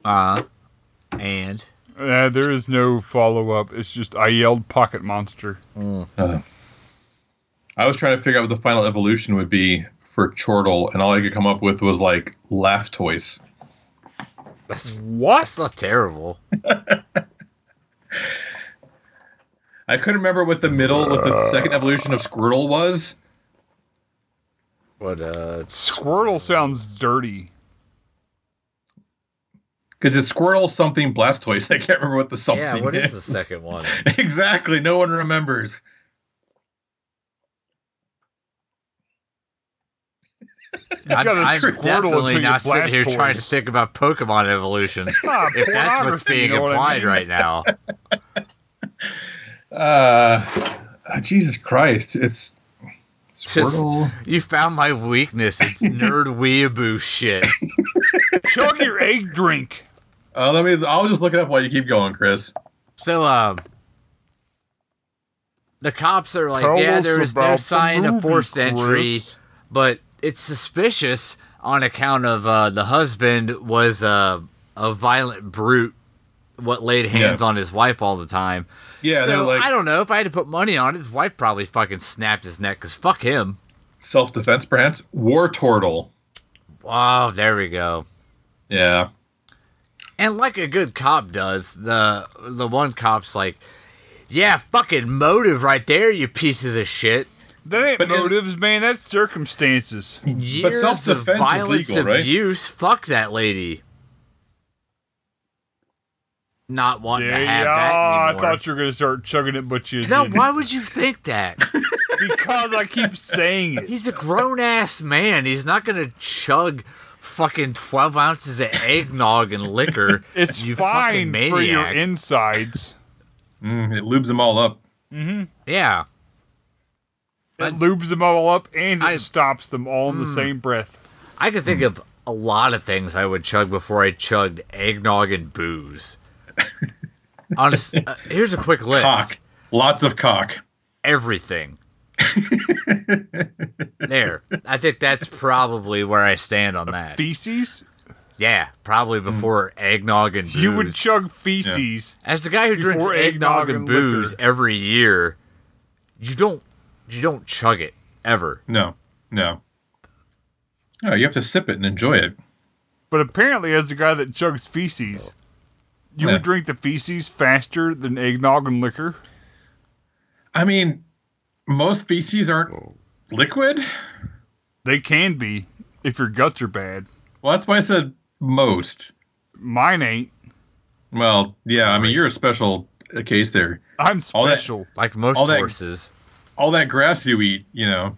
Speaker 1: Uh, and
Speaker 2: Uh, there is no follow up. It's just I yelled pocket monster.
Speaker 3: I was trying to figure out what the final evolution would be for Chortle, and all I could come up with was like Laugh-Toys.
Speaker 1: it's
Speaker 2: What?
Speaker 1: not terrible.
Speaker 3: I couldn't remember what the middle, what the second evolution of Squirtle was.
Speaker 1: But uh,
Speaker 2: uh, Squirtle sounds dirty.
Speaker 3: Because it's Squirtle something Blastoise. I can't remember what the something
Speaker 1: Yeah, what is the
Speaker 3: is.
Speaker 1: second one?
Speaker 3: exactly. No one remembers.
Speaker 2: You
Speaker 1: I'm,
Speaker 2: gotta
Speaker 1: I'm
Speaker 2: squirtle
Speaker 1: definitely
Speaker 2: until you
Speaker 1: not sitting here
Speaker 2: Blastoise.
Speaker 1: trying to think about Pokemon evolutions.
Speaker 2: Ah,
Speaker 1: if that's what's
Speaker 2: pornography,
Speaker 1: being
Speaker 2: you know what I
Speaker 1: implied
Speaker 2: mean?
Speaker 1: right now.
Speaker 3: Uh, oh, Jesus Christ! It's
Speaker 1: Just-
Speaker 3: Squirtle.
Speaker 1: You found my weakness. It's nerd weeaboo shit.
Speaker 2: Chug your egg drink.
Speaker 3: Uh, let me. I'll just look it up while you keep going, Chris.
Speaker 1: So, um, the cops are like,
Speaker 2: Tell
Speaker 1: yeah,
Speaker 2: us
Speaker 1: there is
Speaker 2: about
Speaker 1: no
Speaker 2: the
Speaker 1: sign of
Speaker 2: movie,
Speaker 1: forced entry,
Speaker 2: Chris.
Speaker 1: but it's suspicious on account of uh, the husband was uh, a violent brute, what laid hands
Speaker 3: Yeah.
Speaker 1: on his wife all the time.
Speaker 3: Yeah, they're
Speaker 1: so
Speaker 3: like
Speaker 1: I don't know if I had to put money on it. His wife probably fucking snapped his neck because fuck him.
Speaker 3: self-defense, perhaps. War Turtle.
Speaker 1: Oh, there we go.
Speaker 3: Yeah.
Speaker 1: And like a good cop does, the the one cop's like, "Yeah, fucking motive right there, you pieces of shit."
Speaker 2: That ain't
Speaker 3: But is-
Speaker 2: motives, man. That's circumstances.
Speaker 1: Years of
Speaker 3: self-defense is
Speaker 1: violence
Speaker 3: legal, right?
Speaker 1: abuse. Fuck that lady. Not wanting
Speaker 2: Yeah,
Speaker 1: to have
Speaker 2: yeah,
Speaker 1: that
Speaker 2: I
Speaker 1: anymore.
Speaker 2: thought you were gonna start chugging it, but you
Speaker 1: no,
Speaker 2: didn't.
Speaker 1: why would you think that?
Speaker 2: because I keep saying it.
Speaker 1: He's a grown ass man. He's not gonna chug fucking twelve ounces of eggnog and liquor.
Speaker 2: It's
Speaker 1: you fucking
Speaker 2: fine for your
Speaker 1: maniac.
Speaker 2: insides.
Speaker 3: Mm, it lubes them all up.
Speaker 1: yeah.
Speaker 2: It lubes them all up and it
Speaker 1: I- Mm.
Speaker 2: stops them all in the same breath.
Speaker 1: I could
Speaker 3: Hmm.
Speaker 1: think of a lot of things I would chug before I chugged eggnog and booze. Honest, uh, here's a quick list.
Speaker 3: Cock. Lots of cock.
Speaker 1: Everything. there. I think that's probably where I stand on that.
Speaker 2: Feces?
Speaker 1: Yeah, probably before eggnog and booze.
Speaker 2: You would chug feces.
Speaker 1: As the guy who drinks
Speaker 2: before
Speaker 1: eggnog
Speaker 2: eggnog
Speaker 1: and,
Speaker 2: and
Speaker 1: booze
Speaker 2: liquor.
Speaker 1: every year, you don't you don't chug it ever.
Speaker 3: No. No. No, you have to sip it and enjoy it.
Speaker 2: But apparently, as the guy that chugs feces, you
Speaker 3: Yeah.
Speaker 2: would drink the feces faster than eggnog and liquor.
Speaker 3: I mean, most feces aren't liquid.
Speaker 2: They can be if your guts are bad.
Speaker 3: Well, that's why I said most.
Speaker 2: Mine ain't.
Speaker 3: Well, yeah, I mean, you're a special uh, case there.
Speaker 2: I'm
Speaker 3: All that-
Speaker 2: special.
Speaker 1: Like most
Speaker 3: All that-
Speaker 1: horses,
Speaker 3: All that grass you eat, you know.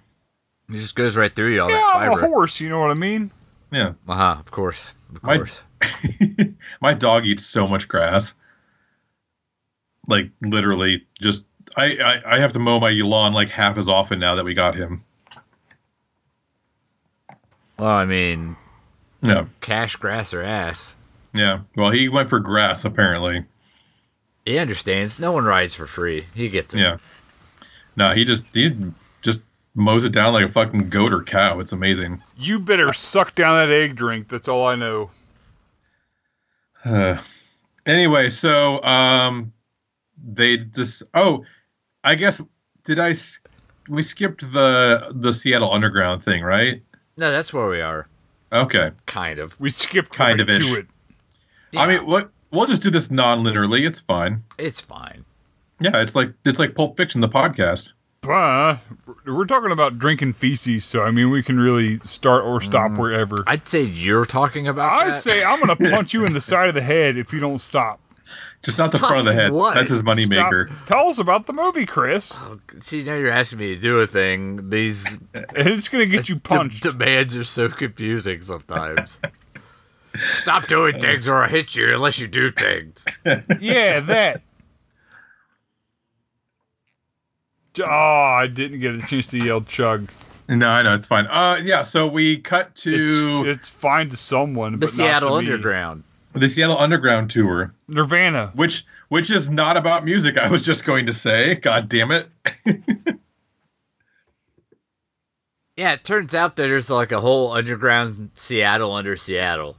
Speaker 1: it just goes right through you all
Speaker 2: yeah,
Speaker 1: that
Speaker 2: I'm a
Speaker 1: fiber.
Speaker 2: horse. You know what I mean?
Speaker 3: Yeah.
Speaker 1: Uh huh. Of course, of
Speaker 3: My-
Speaker 1: course.
Speaker 3: My dog eats so much grass. Like literally just I, I, I have to mow my lawn like half as often now that we got him.
Speaker 1: Well, I mean,
Speaker 3: Yeah.
Speaker 1: cash, grass, or ass.
Speaker 3: Yeah. Well, he went for grass apparently.
Speaker 1: He understands. No one rides for free. He gets it.
Speaker 3: Yeah. No, he just he just mows it down like a fucking goat or cow. It's amazing.
Speaker 2: You better suck down that egg drink. That's all I know.
Speaker 3: Uh, anyway, so um, they just oh, I guess did I s- we skipped the the Seattle Underground thing, right?
Speaker 1: No, that's where we are.
Speaker 3: Okay.
Speaker 1: Kind of.
Speaker 2: We skipped
Speaker 3: Kind
Speaker 2: right
Speaker 3: of ish.
Speaker 2: to it.
Speaker 3: I
Speaker 1: Yeah,
Speaker 3: mean, what we'll just do this non-linearly. It's fine.
Speaker 1: it's fine.
Speaker 3: Yeah, it's like it's like Pulp Fiction, the podcast.
Speaker 2: Bah, we're talking about drinking feces, so I mean we can really start or stop wherever.
Speaker 1: I'd say you're talking about.
Speaker 2: Mm. I
Speaker 1: that.
Speaker 2: say I'm gonna punch you in the side of the head if you don't stop.
Speaker 3: Just not the front of the head.
Speaker 1: What?
Speaker 3: That's his
Speaker 2: Stop.
Speaker 3: moneymaker.
Speaker 2: Tell us about the movie, Chris.
Speaker 1: See, now you're asking me to do a thing. These
Speaker 2: It's gonna get you punched.
Speaker 1: d- demands are so confusing sometimes. Stop doing things, or I'll hit you unless you do things.
Speaker 2: yeah, that. Oh, I didn't get a chance to yell chug.
Speaker 3: No, I know it's fine. Uh, yeah. So we cut to
Speaker 2: It's, it's fine to someone,
Speaker 1: The
Speaker 2: but
Speaker 1: Seattle
Speaker 2: not to me.
Speaker 1: Underground.
Speaker 3: the Seattle Underground tour.
Speaker 2: Nirvana.
Speaker 3: which which is not about music i was just going to say god damn it
Speaker 1: Yeah, it turns out that there's like a whole underground Seattle under Seattle.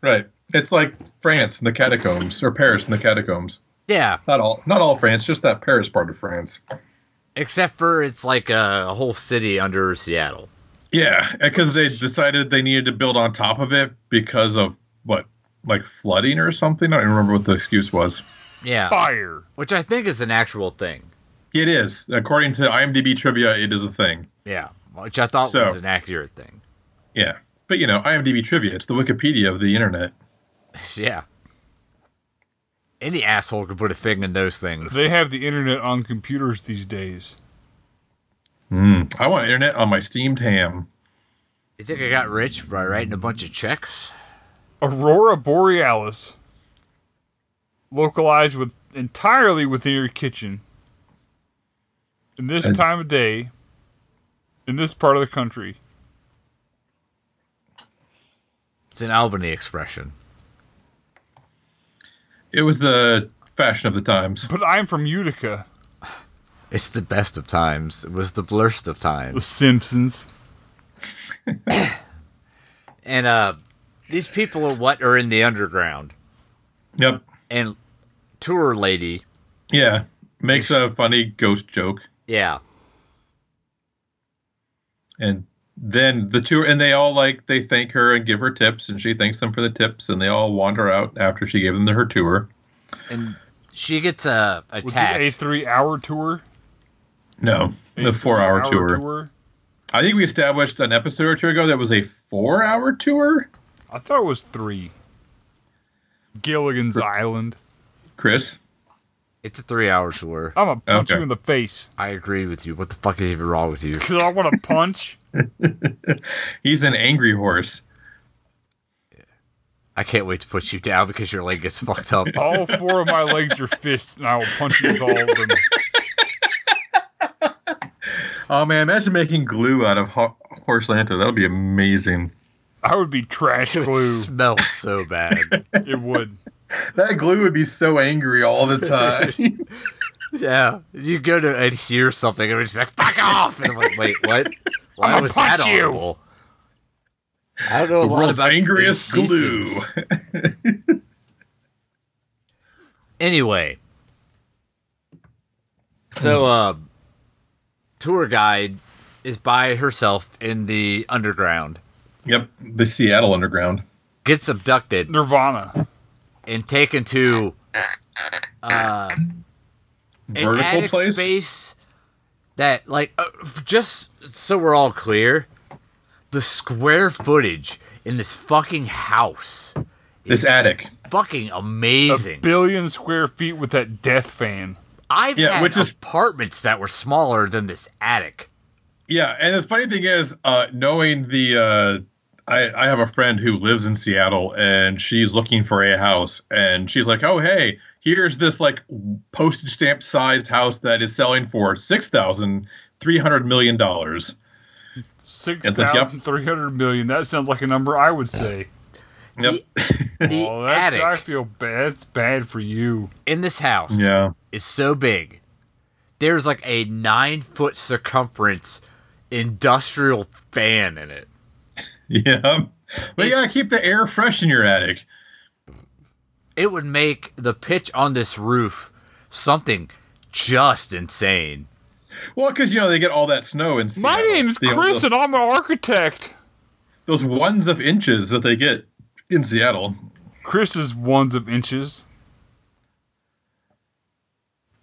Speaker 3: right it's like france and the catacombs or paris and the catacombs
Speaker 1: Yeah,
Speaker 3: not all not all france just that paris part of france
Speaker 1: except for it's like a, a whole city under Seattle.
Speaker 3: yeah because they decided they needed to build on top of it because of what like flooding or something i don't even remember what the excuse was
Speaker 1: Yeah,
Speaker 2: Fire.
Speaker 1: which I think is an actual thing.
Speaker 3: it is according to imdb trivia it is a thing
Speaker 1: Yeah, which I thought
Speaker 3: So-
Speaker 1: was an accurate thing.
Speaker 3: yeah but you know imdb trivia it's the wikipedia of the internet
Speaker 1: yeah. Any asshole could put a thing in those things.
Speaker 2: They have the internet on computers these days.
Speaker 3: Mm, I want internet on my steamed ham.
Speaker 1: You think I got rich by writing a bunch of checks?
Speaker 2: Aurora Borealis, localized with entirely within your kitchen, in this
Speaker 3: And-
Speaker 2: time of day, in this part of the country.
Speaker 1: It's an Albany expression.
Speaker 3: It was the fashion of the times.
Speaker 2: But I'm from Utica.
Speaker 1: It's the best of times. It was the blurst of
Speaker 2: The
Speaker 1: times.
Speaker 2: Simpsons.
Speaker 1: And uh, these people are what are in the underground.
Speaker 3: Yep.
Speaker 1: And tour lady,
Speaker 3: Yeah. Makes a funny ghost joke.
Speaker 1: yeah,
Speaker 3: And then the two, and they all like, they thank her and give her tips, and she thanks them for the tips, and they all wander out after she gave them her tour.
Speaker 1: and she gets uh,
Speaker 2: Was it a
Speaker 1: attacked.
Speaker 2: three hour tour?
Speaker 3: No,
Speaker 2: A
Speaker 3: the four hour
Speaker 2: three-hour
Speaker 3: tour. I think we established an episode or two ago that was a four hour tour,
Speaker 2: I thought it was three. Gilligan's Island.
Speaker 3: Chris.
Speaker 1: It's a three-hour tour.
Speaker 2: I'm gonna punch
Speaker 3: Okay.
Speaker 2: you in the face
Speaker 1: I agree with you. What the fuck is even wrong with you?
Speaker 2: because I want to punch.
Speaker 3: He's an angry horse.
Speaker 1: I can't wait to put you down because your leg gets fucked up.
Speaker 2: all four of my legs are fists, and I will punch you with all of them.
Speaker 3: Oh man, imagine making glue out of ho- horse lanta. That would be amazing.
Speaker 2: I would be trash
Speaker 1: It would
Speaker 2: glue.
Speaker 1: smell so bad.
Speaker 2: It would.
Speaker 3: That glue would be so angry all the time.
Speaker 1: yeah, you go to adhere something and it's like fuck off. And I'm like, wait, what? Why
Speaker 2: I'ma
Speaker 1: was that
Speaker 2: punch you.
Speaker 1: audible? I don't know a lot
Speaker 3: World's
Speaker 1: about
Speaker 3: angriest glue.
Speaker 1: adhesives. anyway
Speaker 2: Hmm.
Speaker 1: so uh tour guide is by herself in the underground
Speaker 3: yep, the Seattle Underground.
Speaker 1: gets abducted
Speaker 2: Nirvana.
Speaker 1: and taken to uh, an
Speaker 3: Vertical
Speaker 1: attic
Speaker 3: place.
Speaker 1: space that like uh, f- just so we're all clear the square footage in this fucking house
Speaker 3: This attic.
Speaker 1: fucking amazing
Speaker 2: Billion square feet with that death fan.
Speaker 1: i've
Speaker 3: Yeah,
Speaker 1: had
Speaker 3: which is-
Speaker 1: apartments that were smaller than this attic
Speaker 3: Yeah, and the funny thing is, uh, knowing the, uh, I, I have a friend who lives in Seattle, and she's looking for a house, and she's like, "Oh, hey, here's this like postage stamp sized house that is selling for six thousand three hundred million dollars."
Speaker 2: Six
Speaker 3: It's like, yep.
Speaker 2: thousand three hundred million. That sounds like a number I would say.
Speaker 3: Yep.
Speaker 1: the, the
Speaker 2: oh, that's,
Speaker 1: attic
Speaker 2: I feel bad. It's bad for you.
Speaker 1: in this house
Speaker 3: Yeah.
Speaker 1: is so big. There's like a nine foot circumference industrial fan in it.
Speaker 3: Yeah. But you gotta
Speaker 1: It's-
Speaker 3: keep the air fresh in your attic.
Speaker 1: It would make the pitch on this roof something just insane.
Speaker 3: Well, because you know they get all that snow and
Speaker 2: My name's Chris,
Speaker 3: Those,
Speaker 2: and I'm an architect.
Speaker 3: those ones of inches that they get in Seattle.
Speaker 2: Chris is ones of inches.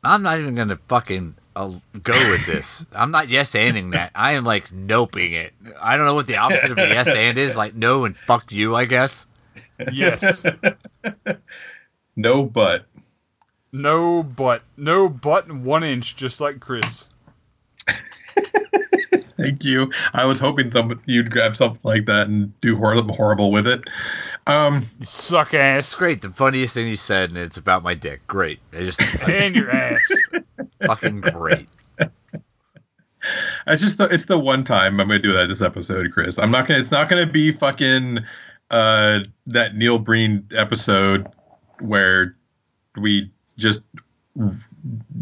Speaker 1: I'm not even gonna fucking uh, go with this. I'm not yes anding that. I am like noping it. I don't know what the opposite of a yes and is. Like no and fuck you, I guess.
Speaker 2: Yes.
Speaker 3: No, but
Speaker 2: no butt. No butt and one inch, just like Chris.
Speaker 3: thank you. I was hoping some, you'd grab something like that and do horrible, horrible with it. Um,
Speaker 2: You suck ass.
Speaker 1: It's great. The funniest thing you said, and it's about my dick. Great. I just uh,
Speaker 2: And your ass.
Speaker 1: fucking great.
Speaker 3: I just it's the one time I'm gonna do that this episode, Chris. I'm not gonna. It's not gonna be fucking uh, that Neil Breen episode where we just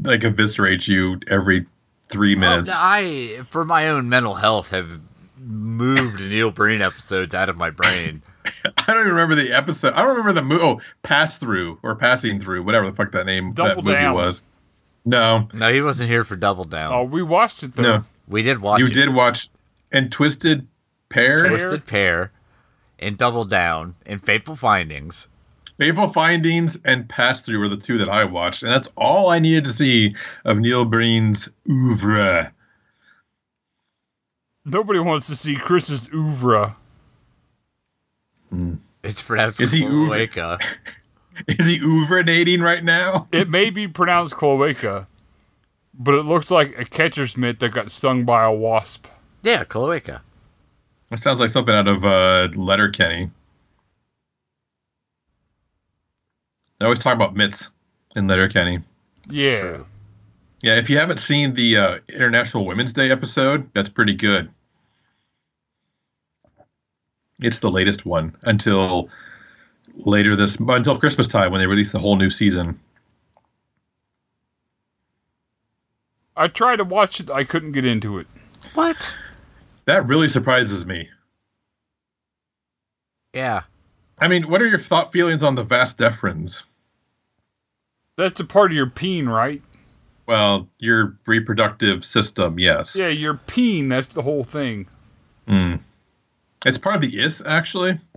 Speaker 3: like eviscerate you every
Speaker 2: Oh,
Speaker 3: three minutes.
Speaker 1: Well, I, for my own mental health, have moved Neil Breen episodes out of my brain.
Speaker 3: I don't even remember the episode. I don't remember the movie. Oh, pass through or passing through, whatever the fuck that name
Speaker 2: Double
Speaker 3: that movie
Speaker 2: Down.
Speaker 3: was. No,
Speaker 1: No, he wasn't here for Double Down.
Speaker 2: Oh, we watched it though.
Speaker 3: no,
Speaker 1: we did watch
Speaker 3: you
Speaker 1: it.
Speaker 3: did watch and Twisted Pair.
Speaker 1: Twisted Pair, and Double Down, and Fateful Findings.
Speaker 3: Fateful Findings and Pass Through were the two that I watched, and that's all I needed to see of Neil Breen's oeuvre.
Speaker 2: Nobody wants to see Chris's oeuvre.
Speaker 1: It's pronounced
Speaker 3: Is he Uber?
Speaker 1: cloaca.
Speaker 3: Is he uvradating right now?
Speaker 2: It may be pronounced cloaca, but it looks like a catcher's mitt that got stung by a wasp.
Speaker 1: Yeah, cloaca.
Speaker 3: That sounds like something out of uh, Letterkenny. They always talk about mitts in Letterkenny.
Speaker 2: Yeah.
Speaker 1: True.
Speaker 3: Yeah, if you haven't seen the uh, International Women's Day episode, that's pretty good. It's the latest one until later this until Christmas time when they release the whole new season.
Speaker 2: I tried to watch it, I couldn't get into it.
Speaker 1: What?
Speaker 3: That really surprises me.
Speaker 1: Yeah.
Speaker 3: I mean, what are your thought feelings on the vast deferens?
Speaker 2: That's a part of your peen, right?
Speaker 3: Well, your reproductive system, yes.
Speaker 2: Yeah, your peen, that's the whole thing.
Speaker 3: Mm. It's part of the is actually.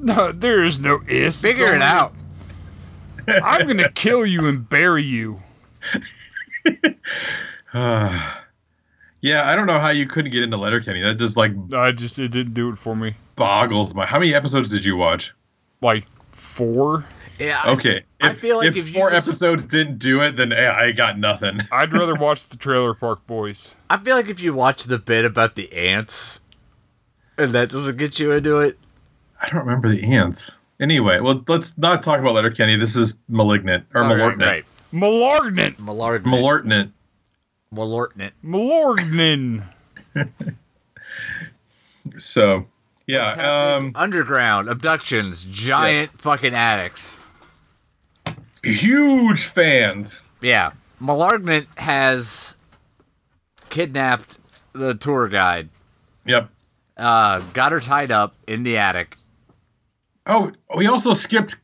Speaker 2: No, there is no is.
Speaker 1: Figure it out.
Speaker 2: I'm going to kill you and bury you.
Speaker 3: Yeah, I don't know how you couldn't get into Letterkenny. That just like
Speaker 2: I just, it didn't do it for me.
Speaker 3: boggles my. How many episodes did you watch?
Speaker 2: Like four?
Speaker 1: Yeah. I-
Speaker 3: Okay,
Speaker 1: I feel like if
Speaker 3: if
Speaker 1: you
Speaker 3: four
Speaker 1: just-
Speaker 3: episodes didn't do it, then eh, I got nothing.
Speaker 2: I'd rather watch the Trailer Park Boys.
Speaker 1: I feel like if you watch the bit about the ants, and that doesn't get you into it.
Speaker 3: I don't remember the ants. Anyway, well, let's not talk about Letterkenny. This is malignant or
Speaker 1: All right,
Speaker 3: malortnant.
Speaker 1: right.
Speaker 2: Malargnan!
Speaker 1: Malard.
Speaker 3: Malortnant.
Speaker 1: Malortnant.
Speaker 2: Malargnan!
Speaker 3: So, yeah.
Speaker 1: What's happening?
Speaker 3: Um,
Speaker 1: Underground abductions, giant fucking addicts.
Speaker 3: huge fans.
Speaker 1: Yeah, Malargment has kidnapped the tour guide,
Speaker 3: Yep.
Speaker 1: uh, got her tied up in the attic.
Speaker 3: Oh, we also skipped.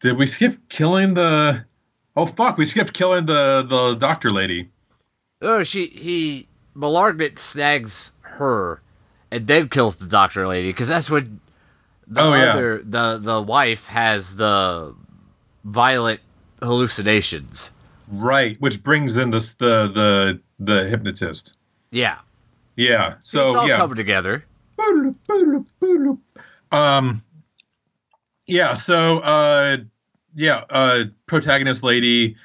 Speaker 3: Did we skip killing the? Oh fuck, we skipped killing the the doctor lady.
Speaker 1: Oh, she he Malargment snags her, and then kills the doctor lady because that's what the
Speaker 3: Oh, yeah.
Speaker 1: other the the wife has the violent hallucinations.
Speaker 3: Right, which brings in this the the the hypnotist.
Speaker 1: Yeah,
Speaker 3: Yeah. So
Speaker 1: it's all
Speaker 3: yeah.
Speaker 1: covered together.
Speaker 3: Boodle, boodle, boodle. Um yeah, so uh yeah, uh protagonist lady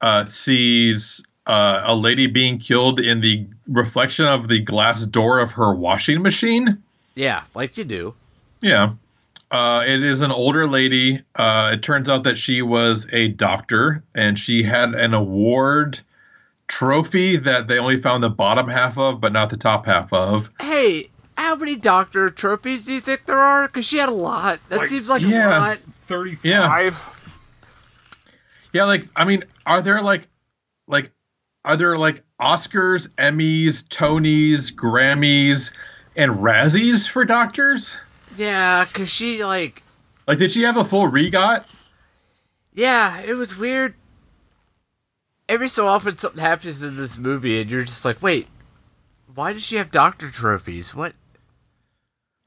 Speaker 3: uh sees uh, a lady being killed in the reflection of the glass door of her washing machine.
Speaker 1: Yeah, like you do.
Speaker 3: Yeah. Uh, it is an older lady. Uh, it turns out that she was a doctor and she had an award trophy that they only found the bottom half of, but not the top half of.
Speaker 1: Hey, how many doctor trophies do you think there are? Because she had a lot. That
Speaker 2: Like,
Speaker 1: seems like a
Speaker 3: yeah.
Speaker 1: lot.
Speaker 2: 35?
Speaker 3: Yeah, like, I mean, are there like, like, are there like Oscars, Emmys, Tonys, Grammys, and Razzies for doctors?
Speaker 1: Yeah, cause she like
Speaker 3: Like, did she have a full regot?
Speaker 1: yeah, it was weird. Every so often something happens in this movie and you're just like, wait, why does she have doctor trophies? What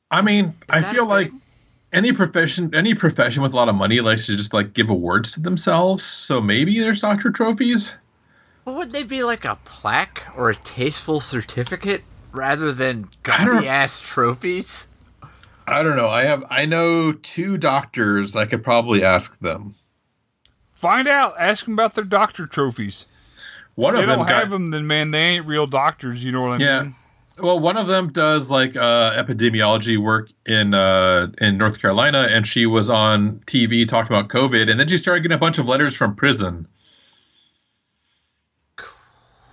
Speaker 3: I mean,
Speaker 1: that
Speaker 3: I
Speaker 1: a
Speaker 3: feel
Speaker 1: thing?
Speaker 3: like any profession, any profession with a lot of money likes to just like give awards to themselves. So maybe there's doctor trophies.
Speaker 1: well, would they be like a plaque or a tasteful certificate rather than
Speaker 3: I don't-
Speaker 1: gaudy ass trophies?
Speaker 3: I don't know. I have I know two doctors. I could probably ask them.
Speaker 2: Find out. Ask them about their doctor trophies.
Speaker 3: One
Speaker 2: If
Speaker 3: of
Speaker 2: they
Speaker 3: them
Speaker 2: don't
Speaker 3: got-
Speaker 2: have them, then man, they ain't real doctors. You know what I
Speaker 3: Yeah.
Speaker 2: mean?
Speaker 3: Well, one of them does like uh, epidemiology work in uh, in North Carolina, and she was on TV talking about COVID, and then she started getting a bunch of letters from prison,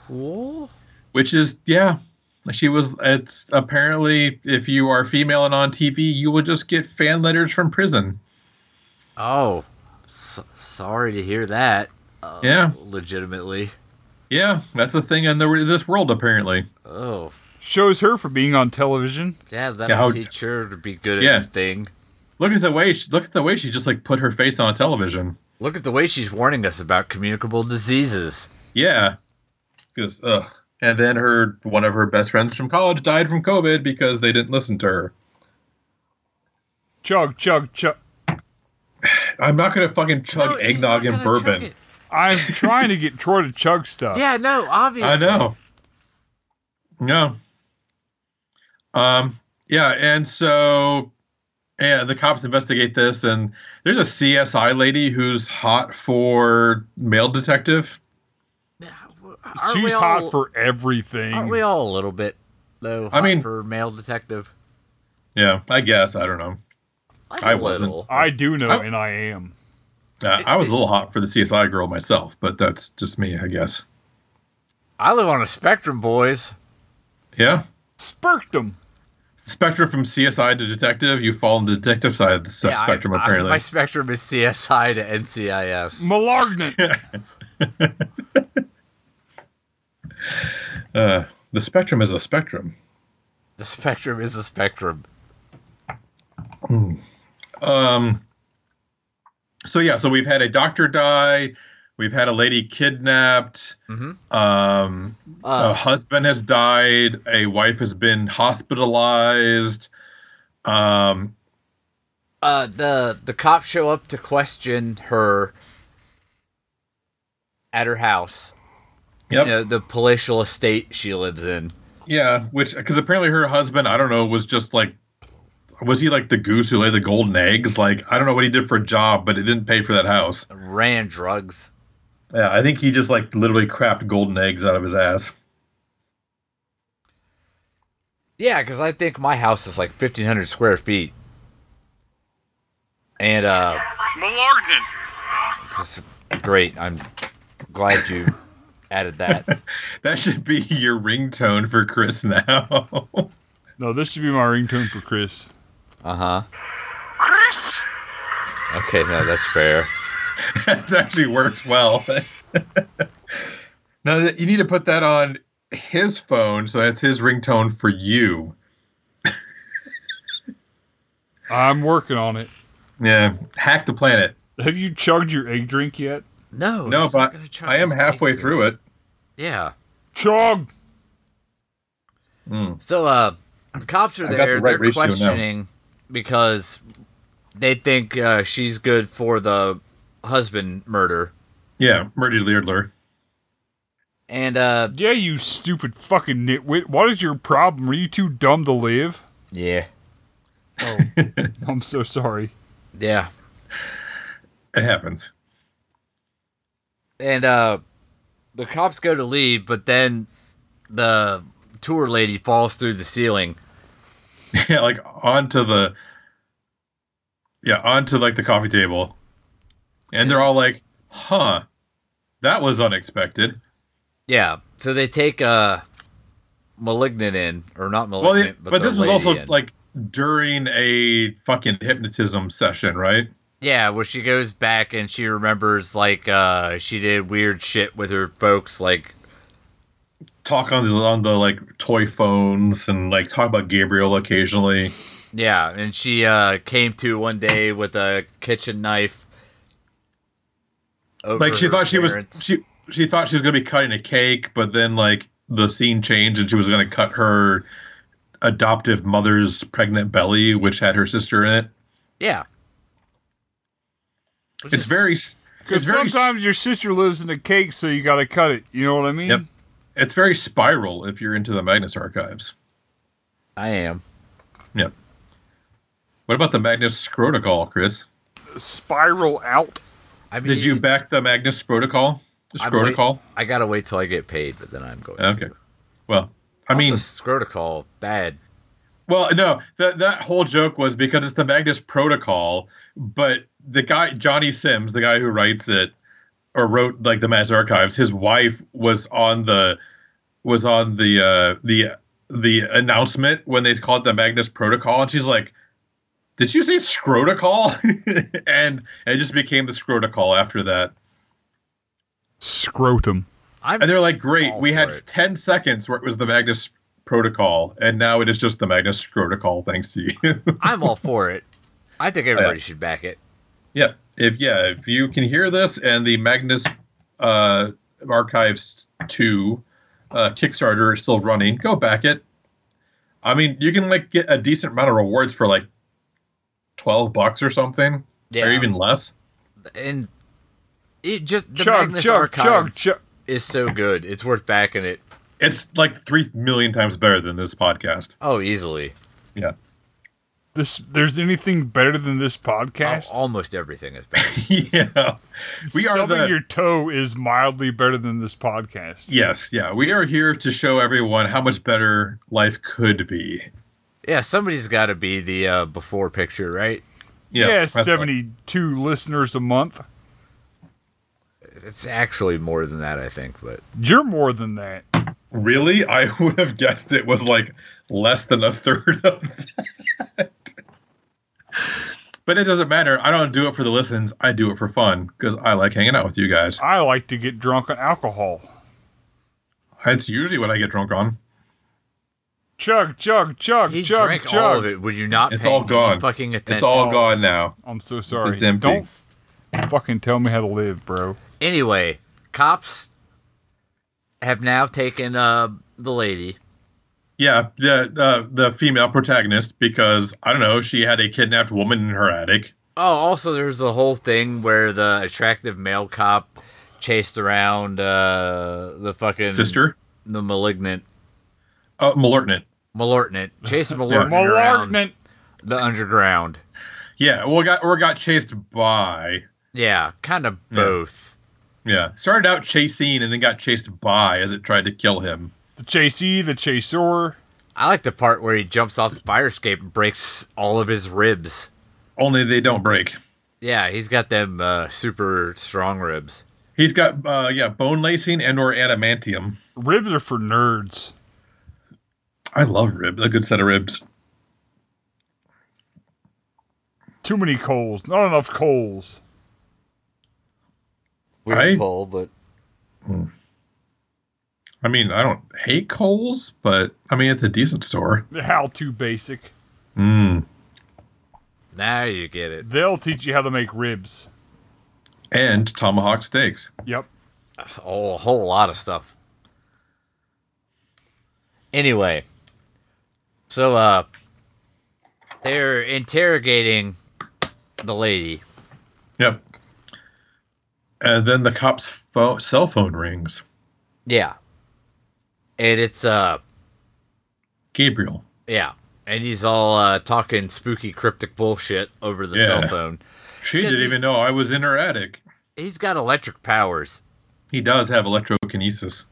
Speaker 1: Cool.
Speaker 3: which is yeah. She was. It's apparently if you are female and on TV, you will just get fan letters from prison.
Speaker 1: Oh, s sorry to hear that. Uh,
Speaker 3: Yeah.
Speaker 1: legitimately.
Speaker 3: Yeah, that's the thing in the, this world apparently.
Speaker 1: Oh,
Speaker 2: Shows her for being on television.
Speaker 1: yeah, that'll
Speaker 3: Yeah, how-
Speaker 1: teach her to be good at
Speaker 3: Yeah.
Speaker 1: the thing.
Speaker 3: Look at the way she, look at the way she just like put her face on television.
Speaker 1: Look at the way she's warning us about communicable diseases.
Speaker 3: Yeah, because ugh. And then her one of her best friends from college died from COVID because they didn't listen to her.
Speaker 2: Chug, chug, chug.
Speaker 3: I'm not gonna fucking chug
Speaker 1: No, he's
Speaker 3: eggnog
Speaker 1: not
Speaker 3: and
Speaker 1: gonna chug
Speaker 3: bourbon.
Speaker 1: it.
Speaker 2: I'm trying to get Troy to chug stuff.
Speaker 1: Yeah, no, obviously.
Speaker 3: I know. No. Um. Yeah, and so yeah, the cops investigate this, and there's a CSI lady who's hot for male detective.
Speaker 1: Aren't we
Speaker 2: She's
Speaker 1: all,
Speaker 2: hot for everything.
Speaker 1: Aren't we all a little bit though?
Speaker 3: I
Speaker 1: hot
Speaker 3: mean-
Speaker 1: for male detective.
Speaker 3: Yeah, I guess I don't know.
Speaker 1: Like
Speaker 3: I
Speaker 1: a
Speaker 3: wasn't.
Speaker 1: little.
Speaker 2: I do know,
Speaker 1: Oh.
Speaker 3: I-
Speaker 2: and I am.
Speaker 3: Uh, I was a little hot for the CSI girl myself, but that's just me, I guess.
Speaker 1: I live on a spectrum, boys.
Speaker 3: Yeah,
Speaker 2: Spurked him.
Speaker 3: spectrum from CSI to detective. You fall on the detective side of the se-
Speaker 1: I-
Speaker 3: spectrum,
Speaker 1: I-
Speaker 3: apparently.
Speaker 1: my spectrum is CSI to NCIS.
Speaker 2: Malargnant.
Speaker 3: uh, the spectrum is a spectrum.
Speaker 1: The spectrum is a spectrum.
Speaker 3: Um, so yeah, so we've had a doctor die. We've had a lady kidnapped.
Speaker 1: Mhm.
Speaker 3: Um, a
Speaker 1: Uh,
Speaker 3: husband has died. A wife has been hospitalized. Um,
Speaker 1: uh, the the cops show up to question her at her house,
Speaker 3: yep.
Speaker 1: you know, the palatial estate she lives in.
Speaker 3: Yeah, which because apparently her husband, I don't know, was just like, was he like the goose who laid the golden eggs? Like, I don't know what he did for a job, but it didn't pay for that house.
Speaker 1: Ran drugs.
Speaker 3: Yeah, I think he just like literally crapped golden eggs out of his ass.
Speaker 1: Yeah, because I think my house is like fifteen hundred square feet, and uh,
Speaker 2: Malargnant.
Speaker 1: That's great. I'm glad you added that.
Speaker 3: That should be your ringtone for Chris now.
Speaker 2: No, this should be my ringtone for Chris.
Speaker 1: Uh huh. Okay, no, that's fair.
Speaker 3: that actually works well. now that- you need to put that on his phone, so that's his ringtone for you.
Speaker 2: I'm working on it.
Speaker 3: Yeah, hack the planet.
Speaker 2: Have you chugged your egg drink yet?
Speaker 1: No,
Speaker 3: no,
Speaker 1: it's not
Speaker 3: but
Speaker 1: gonna chug
Speaker 3: I am
Speaker 1: this
Speaker 3: halfway
Speaker 1: egg
Speaker 3: through it.
Speaker 1: Yeah.
Speaker 2: Chug.
Speaker 1: So, uh, the cops are
Speaker 3: I got
Speaker 1: there.
Speaker 3: the right
Speaker 1: They're
Speaker 3: ratio now.
Speaker 1: questioning because they think uh, she's good for the husband murder,
Speaker 3: Yeah, Murdy Leardler.
Speaker 1: and uh,
Speaker 2: Yeah, you stupid fucking nitwit. What is your problem? Are you too dumb to live?
Speaker 1: yeah,
Speaker 2: Oh, I'm so sorry.
Speaker 1: yeah,
Speaker 3: It happens.
Speaker 1: and uh, the cops go to leave, but then the tour lady falls through the ceiling.
Speaker 3: yeah, like onto the yeah onto like the coffee table, and they're all like, "Huh, that was unexpected."
Speaker 1: Yeah. So they take uh malignant in, or not
Speaker 3: Well,
Speaker 1: malignant,
Speaker 3: yeah,
Speaker 1: but,
Speaker 3: but,
Speaker 1: the
Speaker 3: this was
Speaker 1: lady
Speaker 3: also
Speaker 1: in.
Speaker 3: like during a fucking hypnotism session, right?
Speaker 1: yeah, where she goes back and she remembers like uh she did weird shit with her folks, like
Speaker 3: Talk on the on the like toy phones and like talk about Gabriel occasionally.
Speaker 1: yeah, and she uh came to one day with a kitchen knife. over
Speaker 3: Like she
Speaker 1: her
Speaker 3: thought she was
Speaker 1: parents.
Speaker 3: she she thought she was gonna be cutting a cake, but then like the scene changed and she was gonna cut her adoptive mother's pregnant belly, which had her sister in it.
Speaker 1: yeah. Which
Speaker 3: It's
Speaker 1: is-
Speaker 3: very
Speaker 2: Because
Speaker 3: It's very-
Speaker 2: sometimes your sister lives in a cake, so you got to cut it. You know what I mean?
Speaker 3: Yep. it's very spiral if you're into the Magnus archives.
Speaker 1: I am.
Speaker 3: Yep. What about the Magnus Scrotical, Chris?
Speaker 2: Spiral out.
Speaker 1: I mean,
Speaker 3: Did you back the Magnus Scrotical? The
Speaker 1: I'm wait-
Speaker 3: Scrotical?
Speaker 1: I gotta wait till I get paid, but then I'm going.
Speaker 3: Okay.
Speaker 1: To.
Speaker 3: Well, I mean,
Speaker 1: also, scrotical bad.
Speaker 3: well, no, that that whole joke was because it's the Magnus Protocol, but the guy Johnny Sims, the guy who writes it or wrote like the Magnus Archives, his wife was on the was on the uh, the the announcement when they called it the Magnus Protocol, and she's like, "Did you say Scrotocol?" and it just became the Scrotocol after that.
Speaker 2: Scrotum.
Speaker 1: I'm
Speaker 3: And they're like, "Great,
Speaker 1: all
Speaker 3: we
Speaker 1: for
Speaker 3: had
Speaker 1: it.
Speaker 3: ten seconds where it was the Magnus Protocol, and now it is just the Magnus Scrotocol, thanks to you."
Speaker 1: I'm all for it. I
Speaker 2: Oh,
Speaker 1: think everybody should back it.
Speaker 3: Yeah. If yeah, if you can hear this and the Magnus uh, Archives two uh, Kickstarter is still running, go back it. I mean, you can like get a decent amount of rewards for like twelve bucks or something,
Speaker 1: Yeah.
Speaker 3: or even less.
Speaker 1: and it just the
Speaker 2: Chug,
Speaker 1: Magnus
Speaker 2: chug,
Speaker 1: Archive
Speaker 2: chug, chug.
Speaker 1: is so good. It's worth backing it.
Speaker 3: It's like three million times better than this podcast.
Speaker 1: Oh, easily.
Speaker 3: Yeah.
Speaker 2: This there's anything better than this
Speaker 1: Al-
Speaker 2: podcast?
Speaker 1: almost everything is better.
Speaker 3: yeah. Oh, We are
Speaker 2: Stubbing
Speaker 3: the
Speaker 2: your toe is mildly better than this podcast.
Speaker 3: Yes, yeah. We are here to show everyone how much better life could be.
Speaker 1: yeah, somebody's got to be the uh, before picture, right?
Speaker 2: Yeah,
Speaker 3: that's
Speaker 2: 72 listeners a month.
Speaker 1: It's actually more than that, I think. But
Speaker 2: You're more than that.
Speaker 3: fine. Really? I would have guessed it was like less than a third of that. but it doesn't matter. I don't do it for the listens. I do it for fun because I like hanging out with you guys.
Speaker 2: I like to get drunk on alcohol.
Speaker 3: That's usually what I get drunk on.
Speaker 2: Chug, chug, chug,
Speaker 1: he
Speaker 2: chug,
Speaker 1: drank
Speaker 2: chug.
Speaker 1: all of it. Would you not?
Speaker 3: It's
Speaker 1: pay
Speaker 3: all
Speaker 1: any
Speaker 3: gone.
Speaker 1: Fucking attention.
Speaker 3: It's all gone now.
Speaker 2: I'm so sorry.
Speaker 3: It's empty.
Speaker 2: Don't fucking tell me how to live, bro.
Speaker 1: Anyway, cops have now taken uh, the lady.
Speaker 3: Yeah, the uh, the female protagonist because I don't know. She had a kidnapped woman in her attic.
Speaker 1: Oh, also there's the whole thing where the attractive male cop chased around uh, the fucking
Speaker 3: Sister,
Speaker 1: the malignant,
Speaker 3: uh, malignant.
Speaker 1: malignant, chased malignant around
Speaker 2: Malargnant.
Speaker 1: the underground.
Speaker 3: Yeah, well, got or got chased by.
Speaker 1: Yeah, kind of both.
Speaker 3: Yeah, started out chasing and then got chased by as it tried to kill him.
Speaker 2: The chasee, the chaser.
Speaker 1: I like the part where he jumps off the fire escape and breaks all of his ribs.
Speaker 3: Only they don't break.
Speaker 1: Yeah, he's got them uh, super strong ribs.
Speaker 3: He's got uh, yeah bone lacing and or adamantium.
Speaker 2: Ribs are for nerds.
Speaker 3: I love ribs. A good set of ribs.
Speaker 2: Too many coals. Not enough coals.
Speaker 1: Weird
Speaker 3: Right?
Speaker 1: pull, but
Speaker 3: I mean, I don't hate Coles, but I mean it's a decent store.
Speaker 2: How to basic.
Speaker 3: Mm.
Speaker 1: now you get it.
Speaker 2: They'll teach you how to make ribs.
Speaker 3: And tomahawk steaks.
Speaker 2: Yep.
Speaker 1: Oh, a whole lot of stuff. Anyway, so uh, they're interrogating the lady.
Speaker 3: Yep. And then the cop's pho- cell phone rings.
Speaker 1: Yeah, and it's uh,
Speaker 3: Gabriel.
Speaker 1: yeah, and he's all uh, talking spooky cryptic bullshit over the cell
Speaker 3: Yeah.
Speaker 1: phone.
Speaker 3: She
Speaker 1: Because
Speaker 3: didn't even
Speaker 1: he's-
Speaker 3: know I was in her attic.
Speaker 1: He's got electric powers.
Speaker 3: He does have electrokinesis.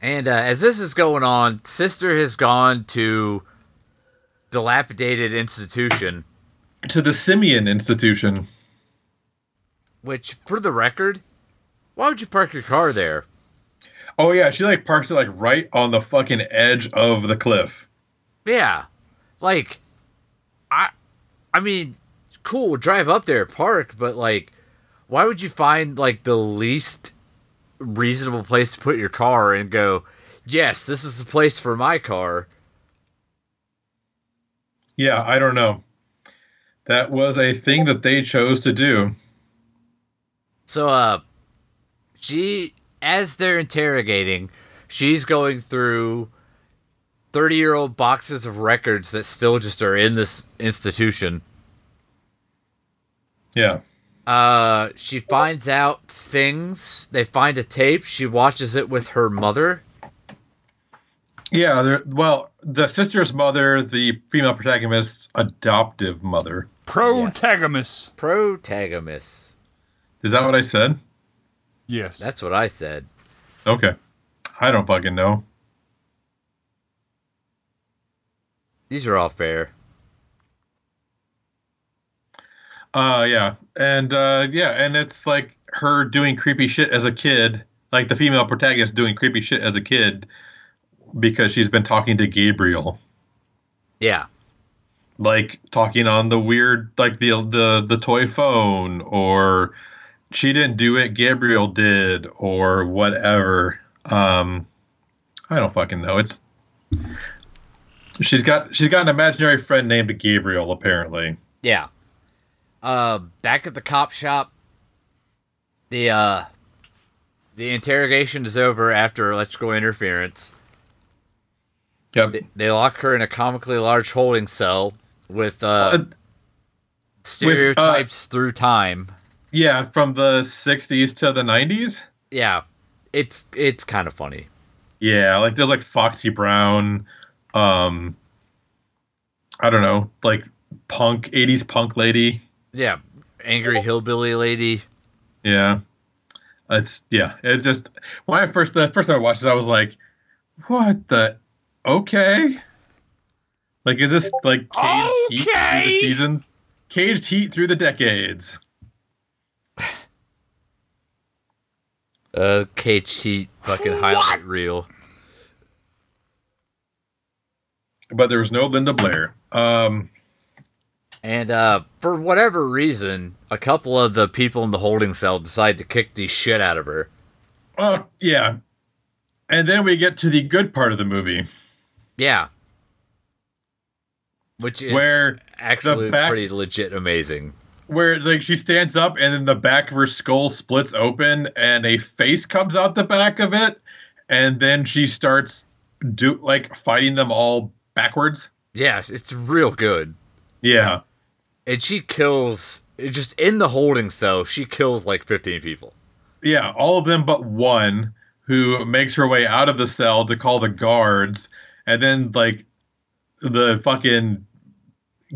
Speaker 1: And uh, as this is going on, sister has gone to dilapidated institution,
Speaker 3: To the Simeon Institution.
Speaker 1: which, for the record, why would you park your car there?
Speaker 3: Oh yeah, she like parks it like right on the fucking edge of the cliff.
Speaker 1: Yeah. Like I I mean, cool, drive up there, park, but like why would you find like the least reasonable place to put your car and go, "Yes, this is the place for my car."
Speaker 3: Yeah, I don't know. That was a thing that they chose to do.
Speaker 1: So uh she as they're interrogating, she's going through 30-year-old boxes of records that still just are in this institution.
Speaker 3: Yeah.
Speaker 1: Uh, she finds out things. They find a tape. She watches it with her mother.
Speaker 3: Yeah, there- well, the sister's mother, the female protagonist's adoptive mother.
Speaker 2: Protagonist.
Speaker 1: Protagonist.
Speaker 3: Is that what I said?
Speaker 2: Yes.
Speaker 1: That's what I said.
Speaker 3: Okay. I don't fucking know.
Speaker 1: These are all fair.
Speaker 3: Uh yeah. And uh yeah, and it's like her doing creepy shit as a kid, like the female protagonist doing creepy shit as a kid because she's been talking to Gabriel.
Speaker 1: Yeah.
Speaker 3: like talking on the weird like the the the toy phone or she didn't do it gabriel did or whatever um i don't fucking know it's she's got she's got an imaginary friend named gabriel apparently
Speaker 1: Yeah. Uh, back at the cop shop, the uh, the interrogation is over after electrical interference.
Speaker 3: yep
Speaker 1: They lock her in a comically large holding cell with uh, stereotypes through time.
Speaker 3: yeah from the 60s to the 90s
Speaker 1: Yeah, it's it's kind of funny.
Speaker 3: yeah like there's like foxy brown um I don't know, like punk '80s punk lady.
Speaker 1: Yeah, angry hillbilly lady.
Speaker 3: Yeah, it's yeah. It's just when I first the first time I watched this, I was like, "What the? Okay." Like, is this like caged heat through
Speaker 2: Okay.
Speaker 3: the seasons? Caged heat through the decades.
Speaker 1: Uh, cage sheet fucking highlight reel.
Speaker 3: But there was no Linda Blair. Um,
Speaker 1: And uh, for whatever reason, a couple of the people in the holding cell decide to kick the shit out of her.
Speaker 3: oh yeah. And then we get to the good part of the movie,
Speaker 1: Yeah. Which is
Speaker 3: where
Speaker 1: actually
Speaker 3: the back-
Speaker 1: pretty legit amazing.
Speaker 3: where it's like she stands up and then the back of her skull splits open and a face comes out the back of it and then she starts do like fighting them all backwards
Speaker 1: Yes, it's real good.
Speaker 3: yeah
Speaker 1: And she kills just in the holding cell, she kills like 15 people.
Speaker 3: yeah all of them but one who makes her way out of the cell to call the guards and then like the fucking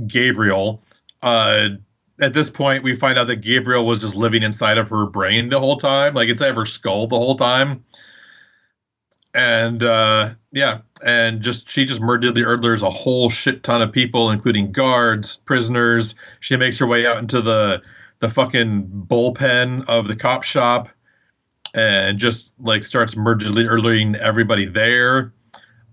Speaker 3: gabriel uh at this point we find out that gabriel was just living inside of her brain the whole time like it's ever skull the whole time and uh yeah and just she just murdered the Erdlers a whole shit ton of people including guards prisoners she makes her way out into the the fucking bullpen of the cop shop and just like starts murdering everybody there.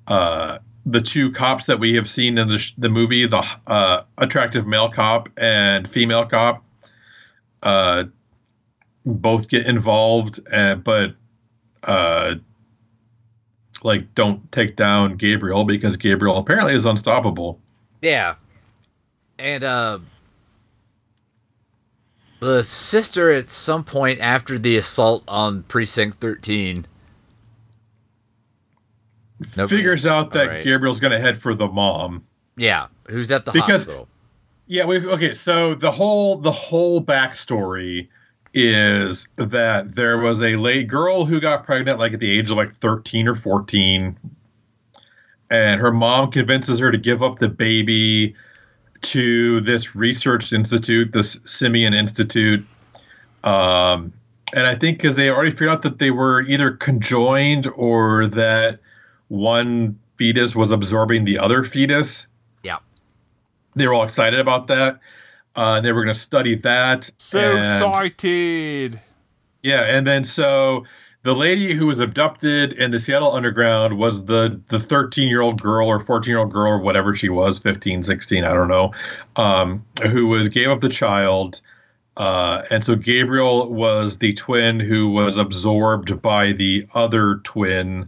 Speaker 3: Uh, the two cops that we have seen in the, sh- the movie, the uh, attractive male cop and female cop, uh, both get involved, uh, but uh, like don't take down Gabriel because Gabriel apparently is unstoppable.
Speaker 1: Yeah. And uh the sister at some point after the assault on precinct 13 Nope.
Speaker 3: Figures out that
Speaker 1: Alright.
Speaker 3: Gabriel's going to head for the mom.
Speaker 1: yeah who's at the
Speaker 3: Because-
Speaker 1: hospital
Speaker 3: Yeah, we okay. So the whole the whole backstory is that there was a late girl who got pregnant like at the age of like 13 or 14 and her mom convinces her to give up the baby to this research institute this simeon institute um, and i think because they already figured out that they were either conjoined or that one fetus was absorbing the other fetus
Speaker 1: yeah
Speaker 3: they were all excited about that. Uh, they were going to study that.
Speaker 2: So
Speaker 3: and-
Speaker 2: excited.
Speaker 3: Yeah, and then so the lady who was abducted in the Seattle Underground was the the 13 year old girl or 14 year old girl or whatever she was, 15, 16, I don't know, um, who was gave up the child. Uh, and so Gabriel was the twin who was absorbed by the other twin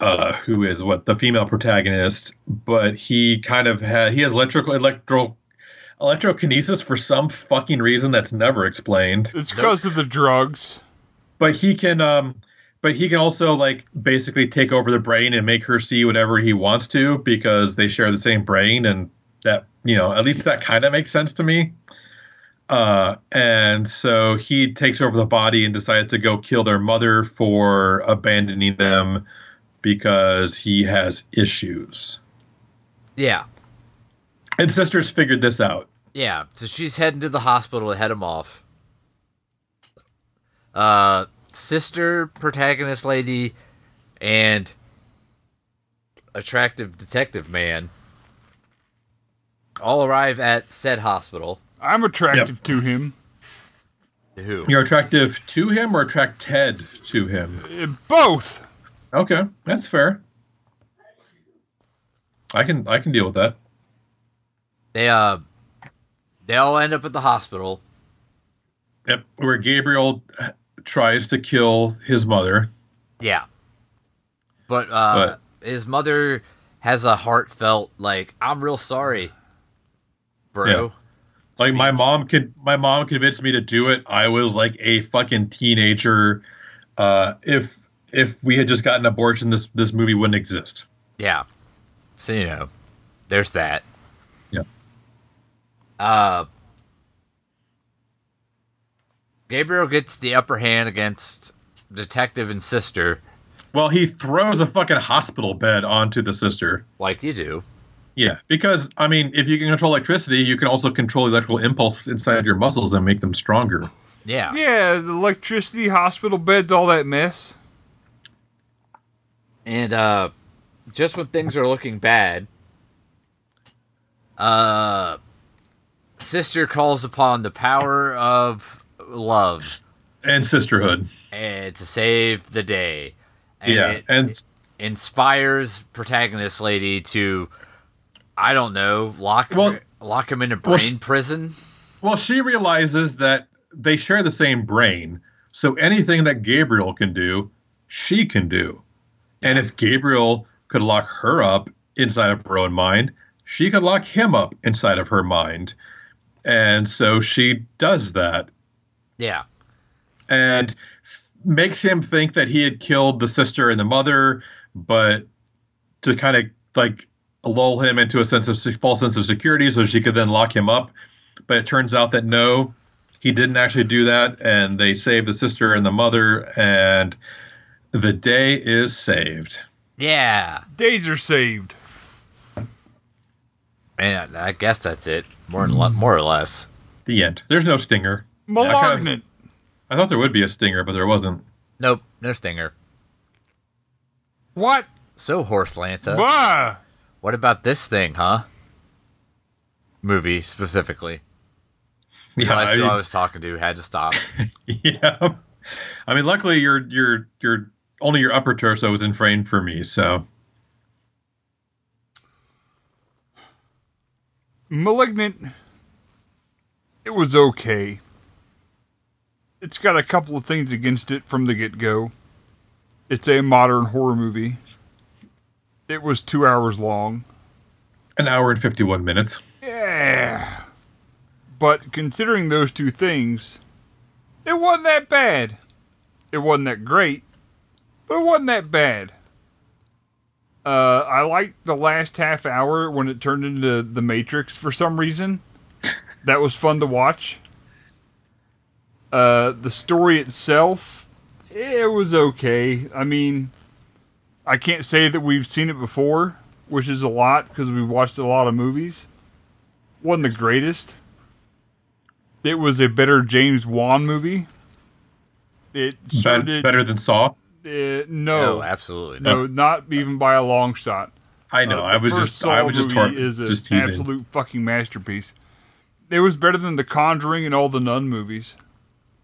Speaker 3: uh, who is what the female protagonist, but he kind of had he has electrical electro electrokinesis for some fucking reason that's never explained.
Speaker 2: It's because of the drugs.
Speaker 3: But he can um but he can also like basically take over the brain and make her see whatever he wants to because they share the same brain and that you know, at least that kind of makes sense to me. Uh, and so he takes over the body and decides to go kill their mother for abandoning them because he has issues.
Speaker 1: yeah
Speaker 3: And sisters figured this out.
Speaker 1: yeah so she's heading to the hospital to head him off uh sister protagonist lady and attractive detective man all arrive at said hospital
Speaker 2: I'm attractive to him.
Speaker 1: who
Speaker 3: You're attractive to him or attract Ted to him?
Speaker 2: Eh, Both.
Speaker 3: Okay, that's fair. I can I can deal with that.
Speaker 1: They uh they all end up at the hospital.
Speaker 3: Yep, where Gabriel tries to kill his mother.
Speaker 1: Yeah. But uh
Speaker 3: But-
Speaker 1: his mother has a heartfelt like I'm real sorry. Bro.
Speaker 3: Yeah. Like my
Speaker 1: Speech.
Speaker 3: mom could my mom convinced me to do it. I was like a fucking teenager. Uh, if if we had just gotten abortion, this this movie wouldn't exist.
Speaker 1: Yeah. So you know, there's that.
Speaker 3: Yeah.
Speaker 1: Uh Gabriel gets the upper hand against detective and sister,
Speaker 3: Well, he throws a fucking hospital bed onto the sister.
Speaker 1: like you do.
Speaker 3: Yeah, because I mean, if you can control electricity, you can also control electrical impulses inside your muscles and make them stronger.
Speaker 1: Yeah.
Speaker 2: Yeah, the electricity, hospital beds, all that mess.
Speaker 1: And uh, just when things are looking bad, uh, sister calls upon the power of love
Speaker 3: And sisterhood.
Speaker 1: and to save the day. And
Speaker 3: yeah,
Speaker 1: it
Speaker 3: and
Speaker 1: inspires protagonist lady to, I don't know, lock
Speaker 3: Well-
Speaker 1: lock him in a
Speaker 3: well,
Speaker 1: brain prison.
Speaker 3: well, she realizes that they share the same brain, so anything that Gabriel can do, she can do. And if Gabriel could lock her up inside of her own mind, she could lock him up inside of her mind. And so she does that.
Speaker 1: Yeah.
Speaker 3: and f- makes him think that he had killed the sister and the mother, but to kind of like lull him into a sense of se- false sense of security so she could then lock him up. But it turns out that no, he didn't actually do that, and they saved the sister and the mother, and the day is saved.
Speaker 1: Yeah.
Speaker 2: Days are saved.
Speaker 1: And I guess that's it, more and le- more or less.
Speaker 3: The end. There's no stinger.
Speaker 2: Malargnant.
Speaker 3: I thought there would be a stinger, but there wasn't.
Speaker 1: Nope, no stinger.
Speaker 2: What?
Speaker 1: So horse Lanta.
Speaker 2: Why?
Speaker 1: What about this thing, huh? Movie specifically.
Speaker 3: Yeah,
Speaker 1: Realized
Speaker 3: I
Speaker 1: who I
Speaker 3: mean-
Speaker 1: was talking to had to stop.
Speaker 3: yeah. I mean, luckily your your your only your upper torso was in frame for me, so
Speaker 2: Malignant. It was okay. It's got a couple of things against it from the get go. It's a modern horror movie. It was two hours long.
Speaker 3: an hour and fifty one minutes.
Speaker 2: Yeah. But considering those two things, it wasn't that bad. It wasn't that great, but it wasn't that bad. Uh, I liked the last half hour when it turned into The Matrix for some reason. That was fun to watch. Uh, the story itself, it was okay. I mean, I can't say that we've seen it before, which is a lot because we've watched a lot of movies wasn't the greatest. It was a better James Wan movie. It
Speaker 3: Better,
Speaker 2: started
Speaker 3: better than Saw.
Speaker 2: Uh,
Speaker 1: No,
Speaker 3: Oh.
Speaker 2: no,
Speaker 1: absolutely not.
Speaker 2: no, not even by a long shot.
Speaker 3: I know.
Speaker 2: Uh,
Speaker 3: I
Speaker 2: the
Speaker 3: was
Speaker 2: first
Speaker 3: just
Speaker 2: Saw
Speaker 3: I was
Speaker 2: movie
Speaker 3: just tar-
Speaker 2: is an
Speaker 3: just teasing.
Speaker 2: absolute fucking masterpiece. It was better than The Conjuring and all the Nun movies.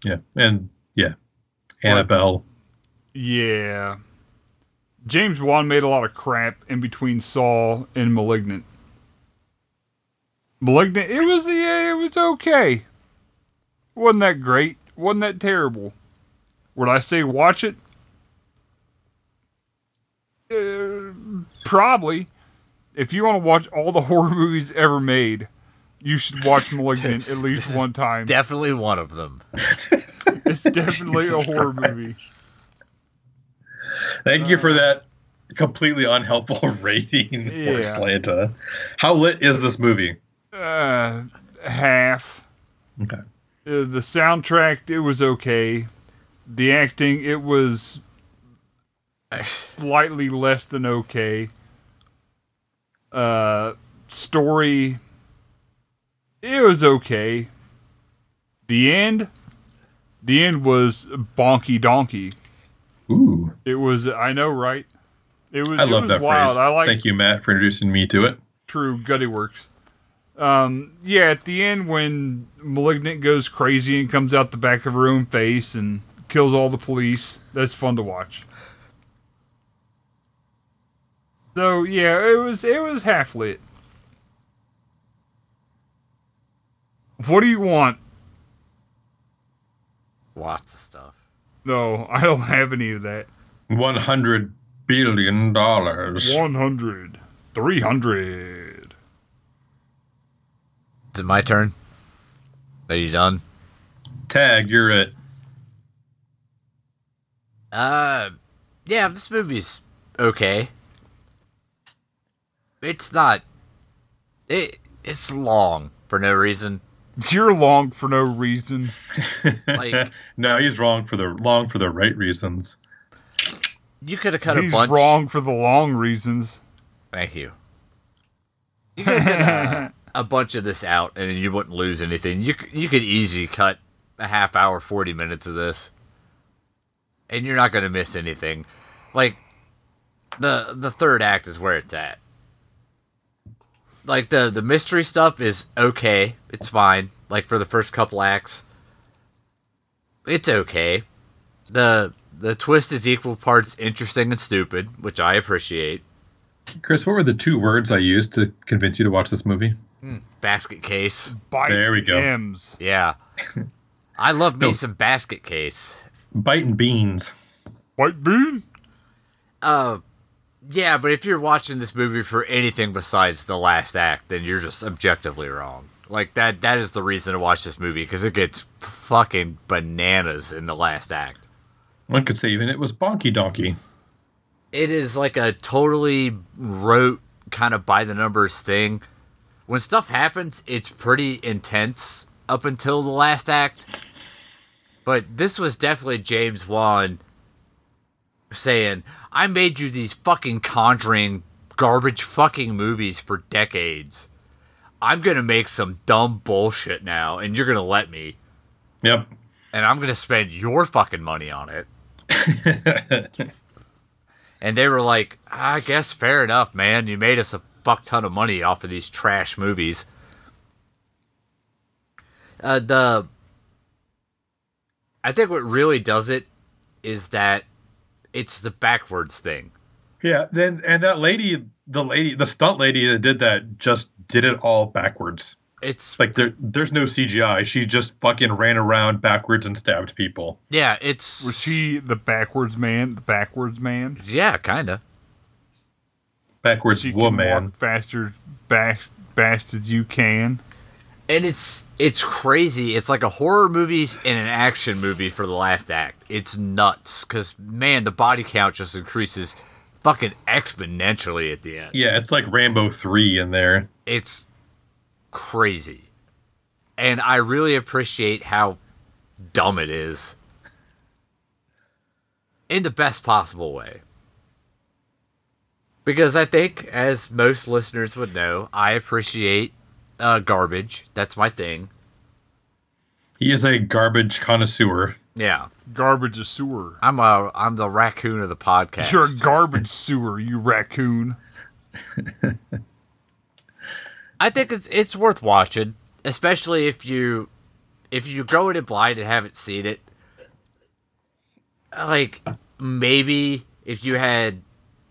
Speaker 3: Yeah, and yeah, Annabelle.
Speaker 2: Yeah. James Wan made a lot of crap in between Saw and Malignant. Malignant, it was yeah, it was okay. Wasn't that great? Wasn't that terrible? Would I say watch it? Uh, probably. If you want to watch all the horror movies ever made, you should watch Malignant at least one time.
Speaker 1: Definitely one of them.
Speaker 2: it's definitely a horror movie.
Speaker 3: Thank you for that completely unhelpful rating for
Speaker 2: Uh, Yeah.
Speaker 3: Slanta. How lit is this movie?
Speaker 2: Uh, half.
Speaker 3: Okay.
Speaker 2: Uh, the soundtrack it was okay the acting it was slightly less than okay uh story it was okay the end the end was bonky donkey
Speaker 3: Ooh,
Speaker 2: it was i know right it was
Speaker 3: I
Speaker 2: it
Speaker 3: love
Speaker 2: was
Speaker 3: that
Speaker 2: wild
Speaker 3: phrase.
Speaker 2: i like
Speaker 3: Thank you, Matt, for introducing me to it.
Speaker 2: true Gutty works. Um, yeah, at the end when Malignant goes crazy and comes out the back of her own face and kills all the police, that's fun to watch. So yeah, it was it was half lit. What do you want?
Speaker 1: Lots of stuff.
Speaker 2: No, I don't have any of that.
Speaker 3: One hundred billion dollars.
Speaker 2: 100, 300.
Speaker 1: Is it my turn? Are you done?
Speaker 3: Tag, you're it.
Speaker 1: Uh, yeah, this movie's okay. It's not. It it's long for no reason.
Speaker 2: You're long for no reason.
Speaker 1: Like-
Speaker 3: no, he's wrong for the long for the right reasons.
Speaker 1: You could have cut a
Speaker 2: He's
Speaker 1: bunch.
Speaker 2: wrong for the long reasons.
Speaker 1: Thank you. You could cut a bunch of this out, and you wouldn't lose anything. You c- you could easily cut a half hour, forty minutes of this, and you're not going to miss anything. Like the the third act is where it's at. Like the the mystery stuff is okay. It's fine. Like for the first couple acts, it's okay. the The twist is equal parts interesting and stupid, which I appreciate.
Speaker 3: Chris, what were the two words I used to convince you to watch this movie?
Speaker 1: Basket case.
Speaker 2: Bite
Speaker 3: There we go.
Speaker 2: M's.
Speaker 1: Yeah. I love me
Speaker 3: No.
Speaker 1: some basket case.
Speaker 3: Biting beans.
Speaker 2: White bean.
Speaker 1: Uh yeah, but if you're watching this movie for anything besides the last act, then you're just objectively wrong. Like that that is the reason to watch this movie cuz it gets fucking bananas in the last act.
Speaker 3: One could say even it was bonky donkey.
Speaker 1: It is like a totally rote kind of by the numbers thing. When stuff happens, it's pretty intense up until the last act. But this was definitely James Wan saying, I made you these fucking conjuring garbage fucking movies for decades. I'm going to make some dumb bullshit now, and you're going to let me.
Speaker 3: Yep.
Speaker 1: And I'm going to spend your fucking money on it. and they were like, I guess fair enough, man. You made us a fuck ton of money off of these trash movies. Uh, the I think what really does it is that it's the backwards thing.
Speaker 3: Yeah. Then and that lady, the lady, the stunt lady that did that, just did it all backwards.
Speaker 1: It's
Speaker 3: Like there, there's no CGI. She just fucking ran around backwards and stabbed people.
Speaker 1: yeah, it's
Speaker 2: Was she the backwards man? The backwards man.
Speaker 1: yeah, kinda.
Speaker 3: Backwards
Speaker 2: she can
Speaker 3: woman.
Speaker 2: walk faster, fast, fast as you can.
Speaker 1: And it's it's crazy. It's like a horror movie and an action movie for the last act. It's nuts because man, the body count just increases fucking exponentially at the end.
Speaker 3: Yeah, it's like Rambo three in there.
Speaker 1: it's crazy. And I really appreciate how dumb it is. In the best possible way. Because I think, as most listeners would know, I appreciate uh, garbage. That's my thing.
Speaker 3: He is a garbage connoisseur.
Speaker 1: Yeah.
Speaker 2: Garbage a sewer.
Speaker 1: I'm a I'm the raccoon of the podcast.
Speaker 2: You're a garbage sewer, you raccoon.
Speaker 1: I think it's it's worth watching, especially if you if you go in it blind and haven't seen it. Like maybe if you had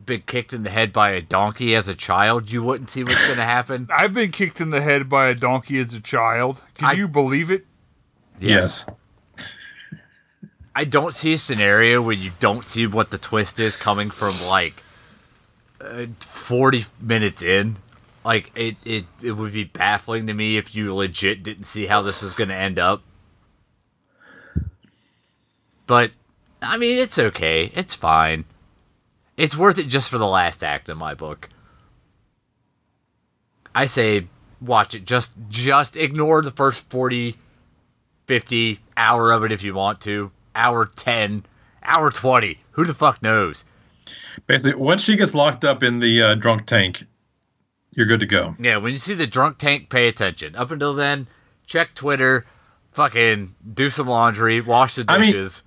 Speaker 1: been kicked in the head by a donkey as a child, you wouldn't see what's going to happen.
Speaker 2: I've been kicked in the head by a donkey as a child. Can
Speaker 1: I-
Speaker 2: you believe it?
Speaker 3: Yes.
Speaker 1: I don't see a scenario where you don't see what the twist is coming from like uh, 40 minutes in. Like it, it it would be baffling to me if you legit didn't see how this was going to end up. But I mean, it's okay. It's fine. It's worth it just for the last act in my book. I say watch it just just ignore the first 40 50 hour of it if you want to hour 10 hour 20 who the fuck knows
Speaker 3: Basically, once she gets locked up in the uh, drunk tank, you're good to go.
Speaker 1: yeah when you see the drunk tank pay attention up until then check twitter fucking do some laundry wash the
Speaker 3: I mean-
Speaker 1: dishes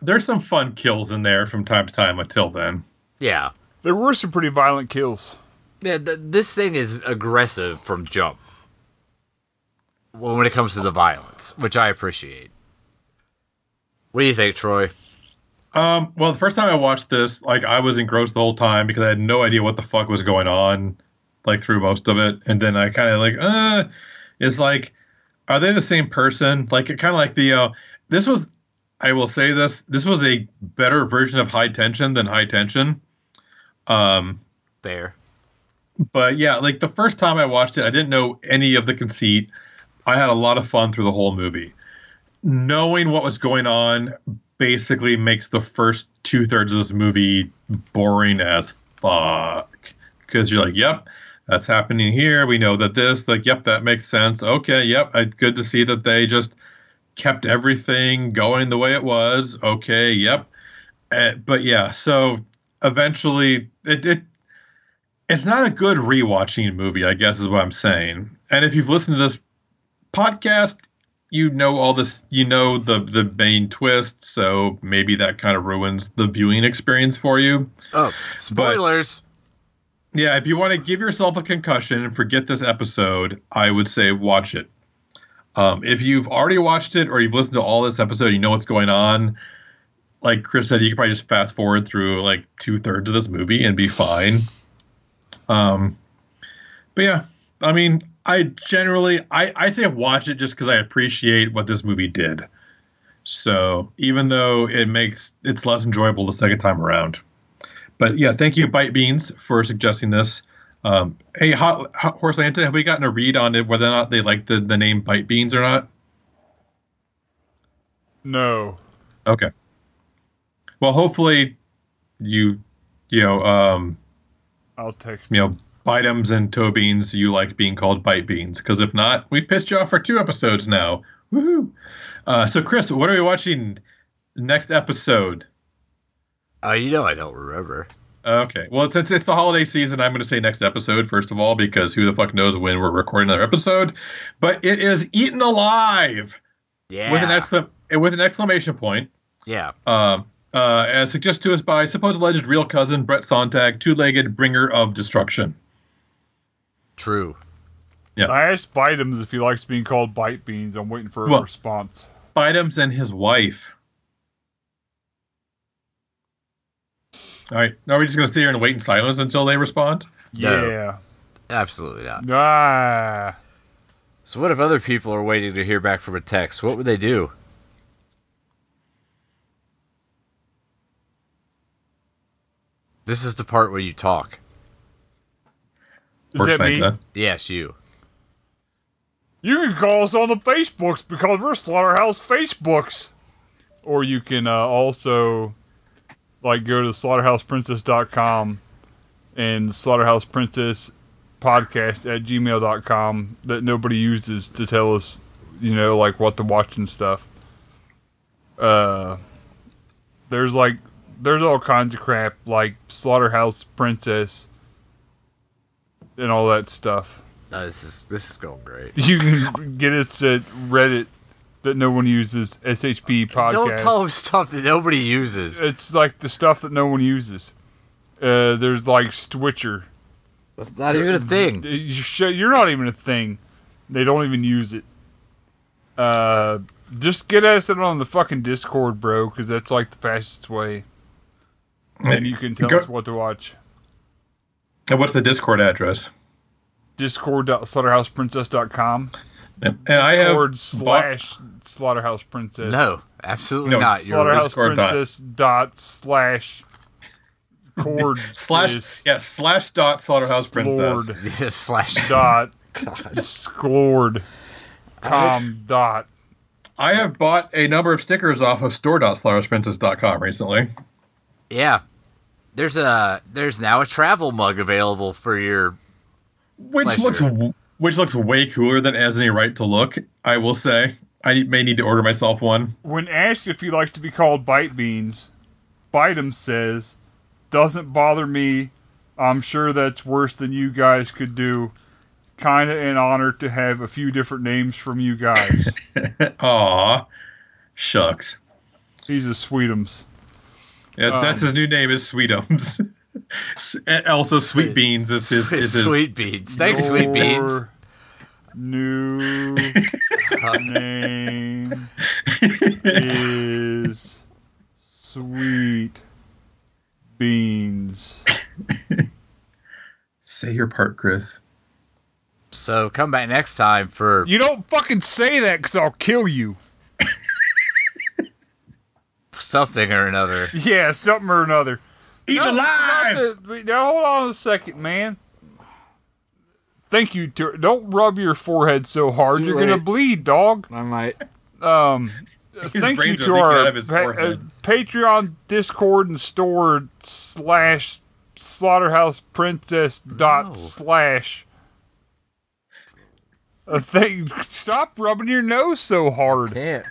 Speaker 3: There's some fun kills in there from time to time until then.
Speaker 1: yeah
Speaker 2: There were some pretty violent kills.
Speaker 1: yeah th- this thing is aggressive from jump well, when it comes to the violence which i appreciate what do you think troy
Speaker 3: Um, well, the first time I watched this, like I was engrossed the whole time because I had no idea what the fuck was going on, like through most of it. And then I kind of like, uh, it's like, are they the same person? Like, it kind of like the, uh, this was, I will say this, this was a better version of High Tension than High Tension. Um,
Speaker 1: there
Speaker 3: but yeah, like the first time I watched it, I didn't know any of the conceit. I had a lot of fun through the whole movie. Knowing what was going on basically makes the first two thirds of this movie boring as fuck. Because you're like, yep, that's happening here. We know that this, like, yep, that makes sense. Okay, yep, it's good to see that they just kept everything going the way it was. Eh, Okay, yep. Uh, but yeah, so eventually it, it It's not a good rewatching movie, I guess, is what I'm saying. And if you've listened to this podcast, you know all this. You know the the main twist, so maybe that kind of ruins the viewing experience for you.
Speaker 1: Oh, spoilers.
Speaker 3: Yeah, if you want to give yourself a concussion and forget this episode, I would say watch it. Um, if you've already watched it or you've listened to all this episode, you know what's going on. Like Chris said, you could probably just fast forward through like two thirds of this movie and be fine. Um, but yeah, I mean, I generally I I say watch it just because I appreciate what this movie did. So even though it makes it's less enjoyable the second time around, but yeah, thank you, Bite Beans, for suggesting this. Um, hey, Hot, Hot Horse Lanta, have we gotten a read on it whether or not they like the, the name Bite Beans or not?
Speaker 2: No.
Speaker 3: Okay. Well, hopefully, you you know um,
Speaker 2: I'll text
Speaker 3: you know Bitems and Toe Beans. You like being called Bite Beans because if not, we've pissed you off for two episodes now. Woohoo! Uh, so, Chris, what are we watching next episode?
Speaker 1: Oh, you know I don't remember.
Speaker 3: Okay. Well, since it's the holiday season, I'm going to say next episode, first of all, because who the fuck knows when we're recording another episode. But it is Eaten Alive
Speaker 1: Yeah.
Speaker 3: with, an exclam- with an exclamation point.
Speaker 1: yeah.
Speaker 3: Um, uh, as suggested to us by supposed alleged real cousin Brett Sontag, two legged bringer of destruction.
Speaker 1: True.
Speaker 2: I asked Bitems if he likes being called Bite Beans. I'm waiting for a
Speaker 3: Well-
Speaker 2: response.
Speaker 3: Bitems and his wife. All right. Are we just going to sit here and wait in silence until they respond?
Speaker 1: No.
Speaker 2: Yeah.
Speaker 1: Absolutely not.
Speaker 2: Ah.
Speaker 1: So what if other people are waiting to hear back from a text? What would they do? This is the part where you talk.
Speaker 2: Is that
Speaker 3: thing,
Speaker 2: me?
Speaker 3: huh?
Speaker 1: Yes, you.
Speaker 2: You can call us on the Facebooks because we're Slaughterhouse Facebooks. Or you can uh, also like go to slaughterhouseprincess.com and Slaughterhouse Princess podcast at gmail.com that nobody uses to tell us, you know, like what to watch and stuff. Uh, there's like, there's all kinds of crap like Slaughterhouse Princess and all that stuff
Speaker 1: No, this is this is going great.
Speaker 2: you can get us at Reddit that no one uses, SHP podcast.
Speaker 1: Don't tell them stuff that nobody uses.
Speaker 2: It's like the stuff that no one uses. Uh, there's like Twitcher.
Speaker 1: That's not even a thing.
Speaker 2: You sh- You're not even a thing. They don't even use it. Uh, just get us in on the fucking Discord, bro, because that's like the fastest way. And you can tell
Speaker 3: Go-
Speaker 2: us what to watch.
Speaker 3: And what's the Discord address?
Speaker 2: Discord.slaughterhouseprincess.com
Speaker 3: And I have
Speaker 2: forward slash slaughterhouse princess.
Speaker 1: No, absolutely
Speaker 3: No,
Speaker 1: not. You're
Speaker 3: slaughter-
Speaker 2: slaughterhouse
Speaker 3: Discord dot.
Speaker 2: princess dot slash cord
Speaker 3: slash
Speaker 2: is
Speaker 3: yeah slash dot slaughterhouse princess.
Speaker 2: slord
Speaker 1: slash.
Speaker 2: dot scored com dot
Speaker 3: I have bought a number of stickers off of store.slaughterhouseprincess.com recently.
Speaker 1: Yeah, there's a there's now a travel mug available for your.
Speaker 3: which
Speaker 1: Pleasure.
Speaker 3: looks w- which looks way cooler than it has any right to look. I will say, I need- may need to order myself one.
Speaker 2: when asked if he likes to be called bite beans bite'em says doesn't bother me i'm sure that's worse than you guys could do kinda an honor to have a few different names from you guys
Speaker 3: Aw, shucks.
Speaker 2: he's a sweetums
Speaker 3: Yeah, that's
Speaker 2: Um,
Speaker 3: his new name is Sweetums. S- and also, Sweet
Speaker 1: Sweet-
Speaker 3: Beans is his. Is his
Speaker 1: sweet beans. Thanks, sweet beans.
Speaker 2: Your New name is Sweet Beans.
Speaker 3: say your part, Chris.
Speaker 1: So come back next time for
Speaker 2: You don't fucking say that because I'll kill you.
Speaker 1: something or another.
Speaker 2: Yeah, something or another.
Speaker 3: Eat
Speaker 2: No,
Speaker 3: alive!
Speaker 2: not the- now hold on a second, man. Thank you. Ter- don't rub your forehead so hard.
Speaker 1: Too
Speaker 2: You're gonna
Speaker 1: late.
Speaker 2: bleed, dog.
Speaker 1: I might.
Speaker 2: um, thank you
Speaker 3: brains are
Speaker 2: to
Speaker 3: leaking
Speaker 2: our
Speaker 3: out of his
Speaker 2: pa- uh,
Speaker 3: forehead.
Speaker 2: Patreon, Discord, and store slash slaughterhouse princess dot
Speaker 1: No.
Speaker 2: slash. A thing. Stop rubbing your nose so hard.
Speaker 1: Can't.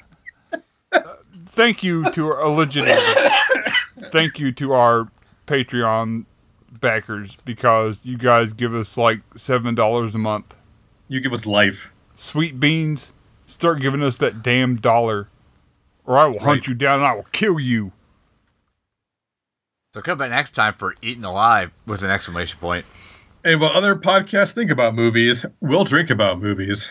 Speaker 2: Thank you to our uh, legitimately. thank you to our Patreon backers because you guys give us like seven dollars a month.
Speaker 3: You give us life.
Speaker 2: Sweet beans, start giving us that damn dollar, or I will hunt
Speaker 3: Right.
Speaker 2: you down and I will kill you.
Speaker 1: So come back next time for Eaten Alive with an exclamation point.
Speaker 3: And while other podcasts think about movies, we'll drink about movies.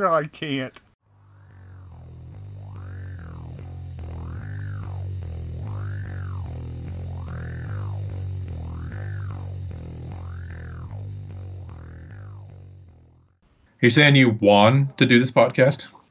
Speaker 2: I can't.
Speaker 3: You're saying you won to do this podcast?